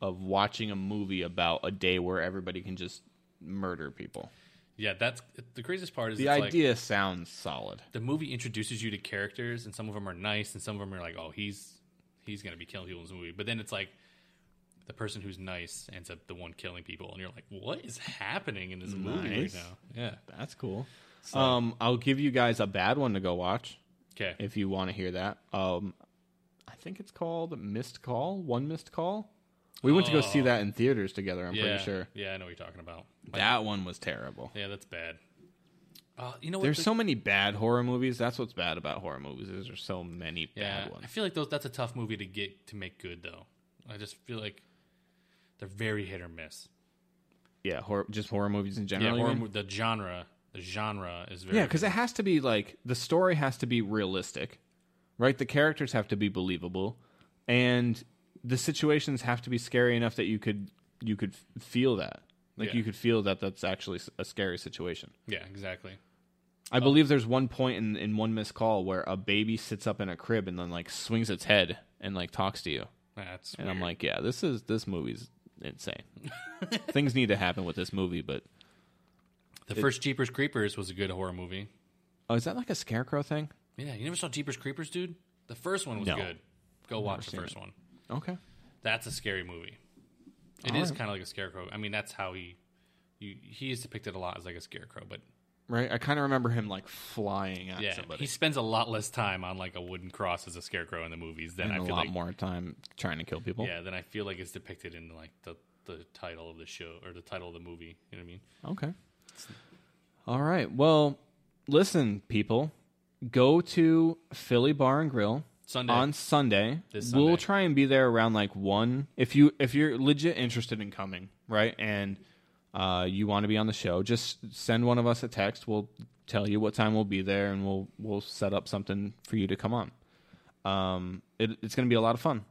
[SPEAKER 2] of watching a movie about a day where everybody can just murder people.
[SPEAKER 1] yeah, that's the craziest part is
[SPEAKER 2] The
[SPEAKER 1] it's like-
[SPEAKER 2] idea sounds solid.
[SPEAKER 1] the movie introduces you to characters and some of them are nice and some of them are like oh he's he's going to be killing people in this movie but then it's like the person who's nice ends up the one killing people and you're like what is happening in this movie right
[SPEAKER 2] Nice.
[SPEAKER 1] now yeah
[SPEAKER 2] That's cool. Um, I'll give you guys a bad one to go watch.
[SPEAKER 1] Okay.
[SPEAKER 2] if you want to hear that. Um, I think it's called Missed Call, One Missed Call. We went to go see that in theaters together, I'm
[SPEAKER 1] Yeah.
[SPEAKER 2] pretty sure.
[SPEAKER 1] Yeah, I know what you're talking about.
[SPEAKER 2] That one was terrible.
[SPEAKER 1] Yeah, that's bad. Uh, you know what?
[SPEAKER 2] There's
[SPEAKER 1] the-
[SPEAKER 2] so many bad horror movies. That's what's bad about horror movies. Is there's so many
[SPEAKER 1] yeah,
[SPEAKER 2] bad
[SPEAKER 1] I
[SPEAKER 2] ones.
[SPEAKER 1] feel like those. That's a tough movie to get to make good though. I just feel like they're very hit or miss.
[SPEAKER 2] Yeah, horror, just horror movies in general.
[SPEAKER 1] yeah,
[SPEAKER 2] you
[SPEAKER 1] horror,
[SPEAKER 2] mean?
[SPEAKER 1] mo- the genre, the genre is very
[SPEAKER 2] Yeah, because it has to be like the story has to be realistic, right? The characters have to be believable, and the situations have to be scary enough that you could you could f- feel that, like
[SPEAKER 1] Yeah.
[SPEAKER 2] you could feel that that's actually s- a scary situation.
[SPEAKER 1] yeah, exactly. Oh.
[SPEAKER 2] I believe there's one point in in one missed call where a baby sits up in a crib and then like swings its head and like talks to you,
[SPEAKER 1] That's
[SPEAKER 2] and I'm
[SPEAKER 1] weird.
[SPEAKER 2] like, yeah, this is this movie's insane. Things need to happen with this movie, but
[SPEAKER 1] the first Jeepers Creepers was a good horror movie.
[SPEAKER 2] oh, is that like a scarecrow thing?
[SPEAKER 1] Yeah, you never saw Jeepers Creepers, dude. The first one was
[SPEAKER 2] No.
[SPEAKER 1] good. Go watch the
[SPEAKER 2] seen
[SPEAKER 1] first one.
[SPEAKER 2] Okay,
[SPEAKER 1] That's a scary movie. It is kind of like a scarecrow. I mean, that's how he, you, he is depicted a lot as like a scarecrow, but
[SPEAKER 2] right. I kind of remember him like flying at
[SPEAKER 1] yeah,
[SPEAKER 2] somebody.
[SPEAKER 1] he spends a lot less time on like a wooden cross as a scarecrow in the movies than
[SPEAKER 2] and
[SPEAKER 1] I
[SPEAKER 2] a
[SPEAKER 1] feel
[SPEAKER 2] lot
[SPEAKER 1] like
[SPEAKER 2] more time trying to kill people.
[SPEAKER 1] yeah, than I feel like it's depicted in like the the title of the show or the title of the movie. You know what I mean?
[SPEAKER 2] Okay. All right. Well, listen, people, go to Philly Bar and Grill
[SPEAKER 1] Sunday.
[SPEAKER 2] on Sunday.
[SPEAKER 1] This
[SPEAKER 2] We'll
[SPEAKER 1] Sunday.
[SPEAKER 2] try and be there around like one. If you if you're legit interested in coming, right, and uh, you want to be on the show, just send one of us a text. We'll tell you what time we'll be there, and we'll we'll set up something for you to come on. Um, it, it's going to be a lot of fun.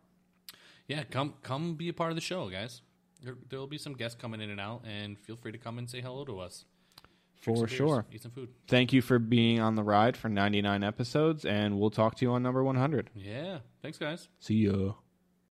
[SPEAKER 1] Yeah, come come be a part of the show, guys. There there will be some guests coming in and out, and feel free to come and say hello to us. Drink
[SPEAKER 2] For
[SPEAKER 1] some beers,
[SPEAKER 2] sure.
[SPEAKER 1] eat some food.
[SPEAKER 2] Thank you for being on the ride for 99 episodes, and we'll talk to you on number 100.
[SPEAKER 1] Yeah, thanks, guys.
[SPEAKER 2] See ya.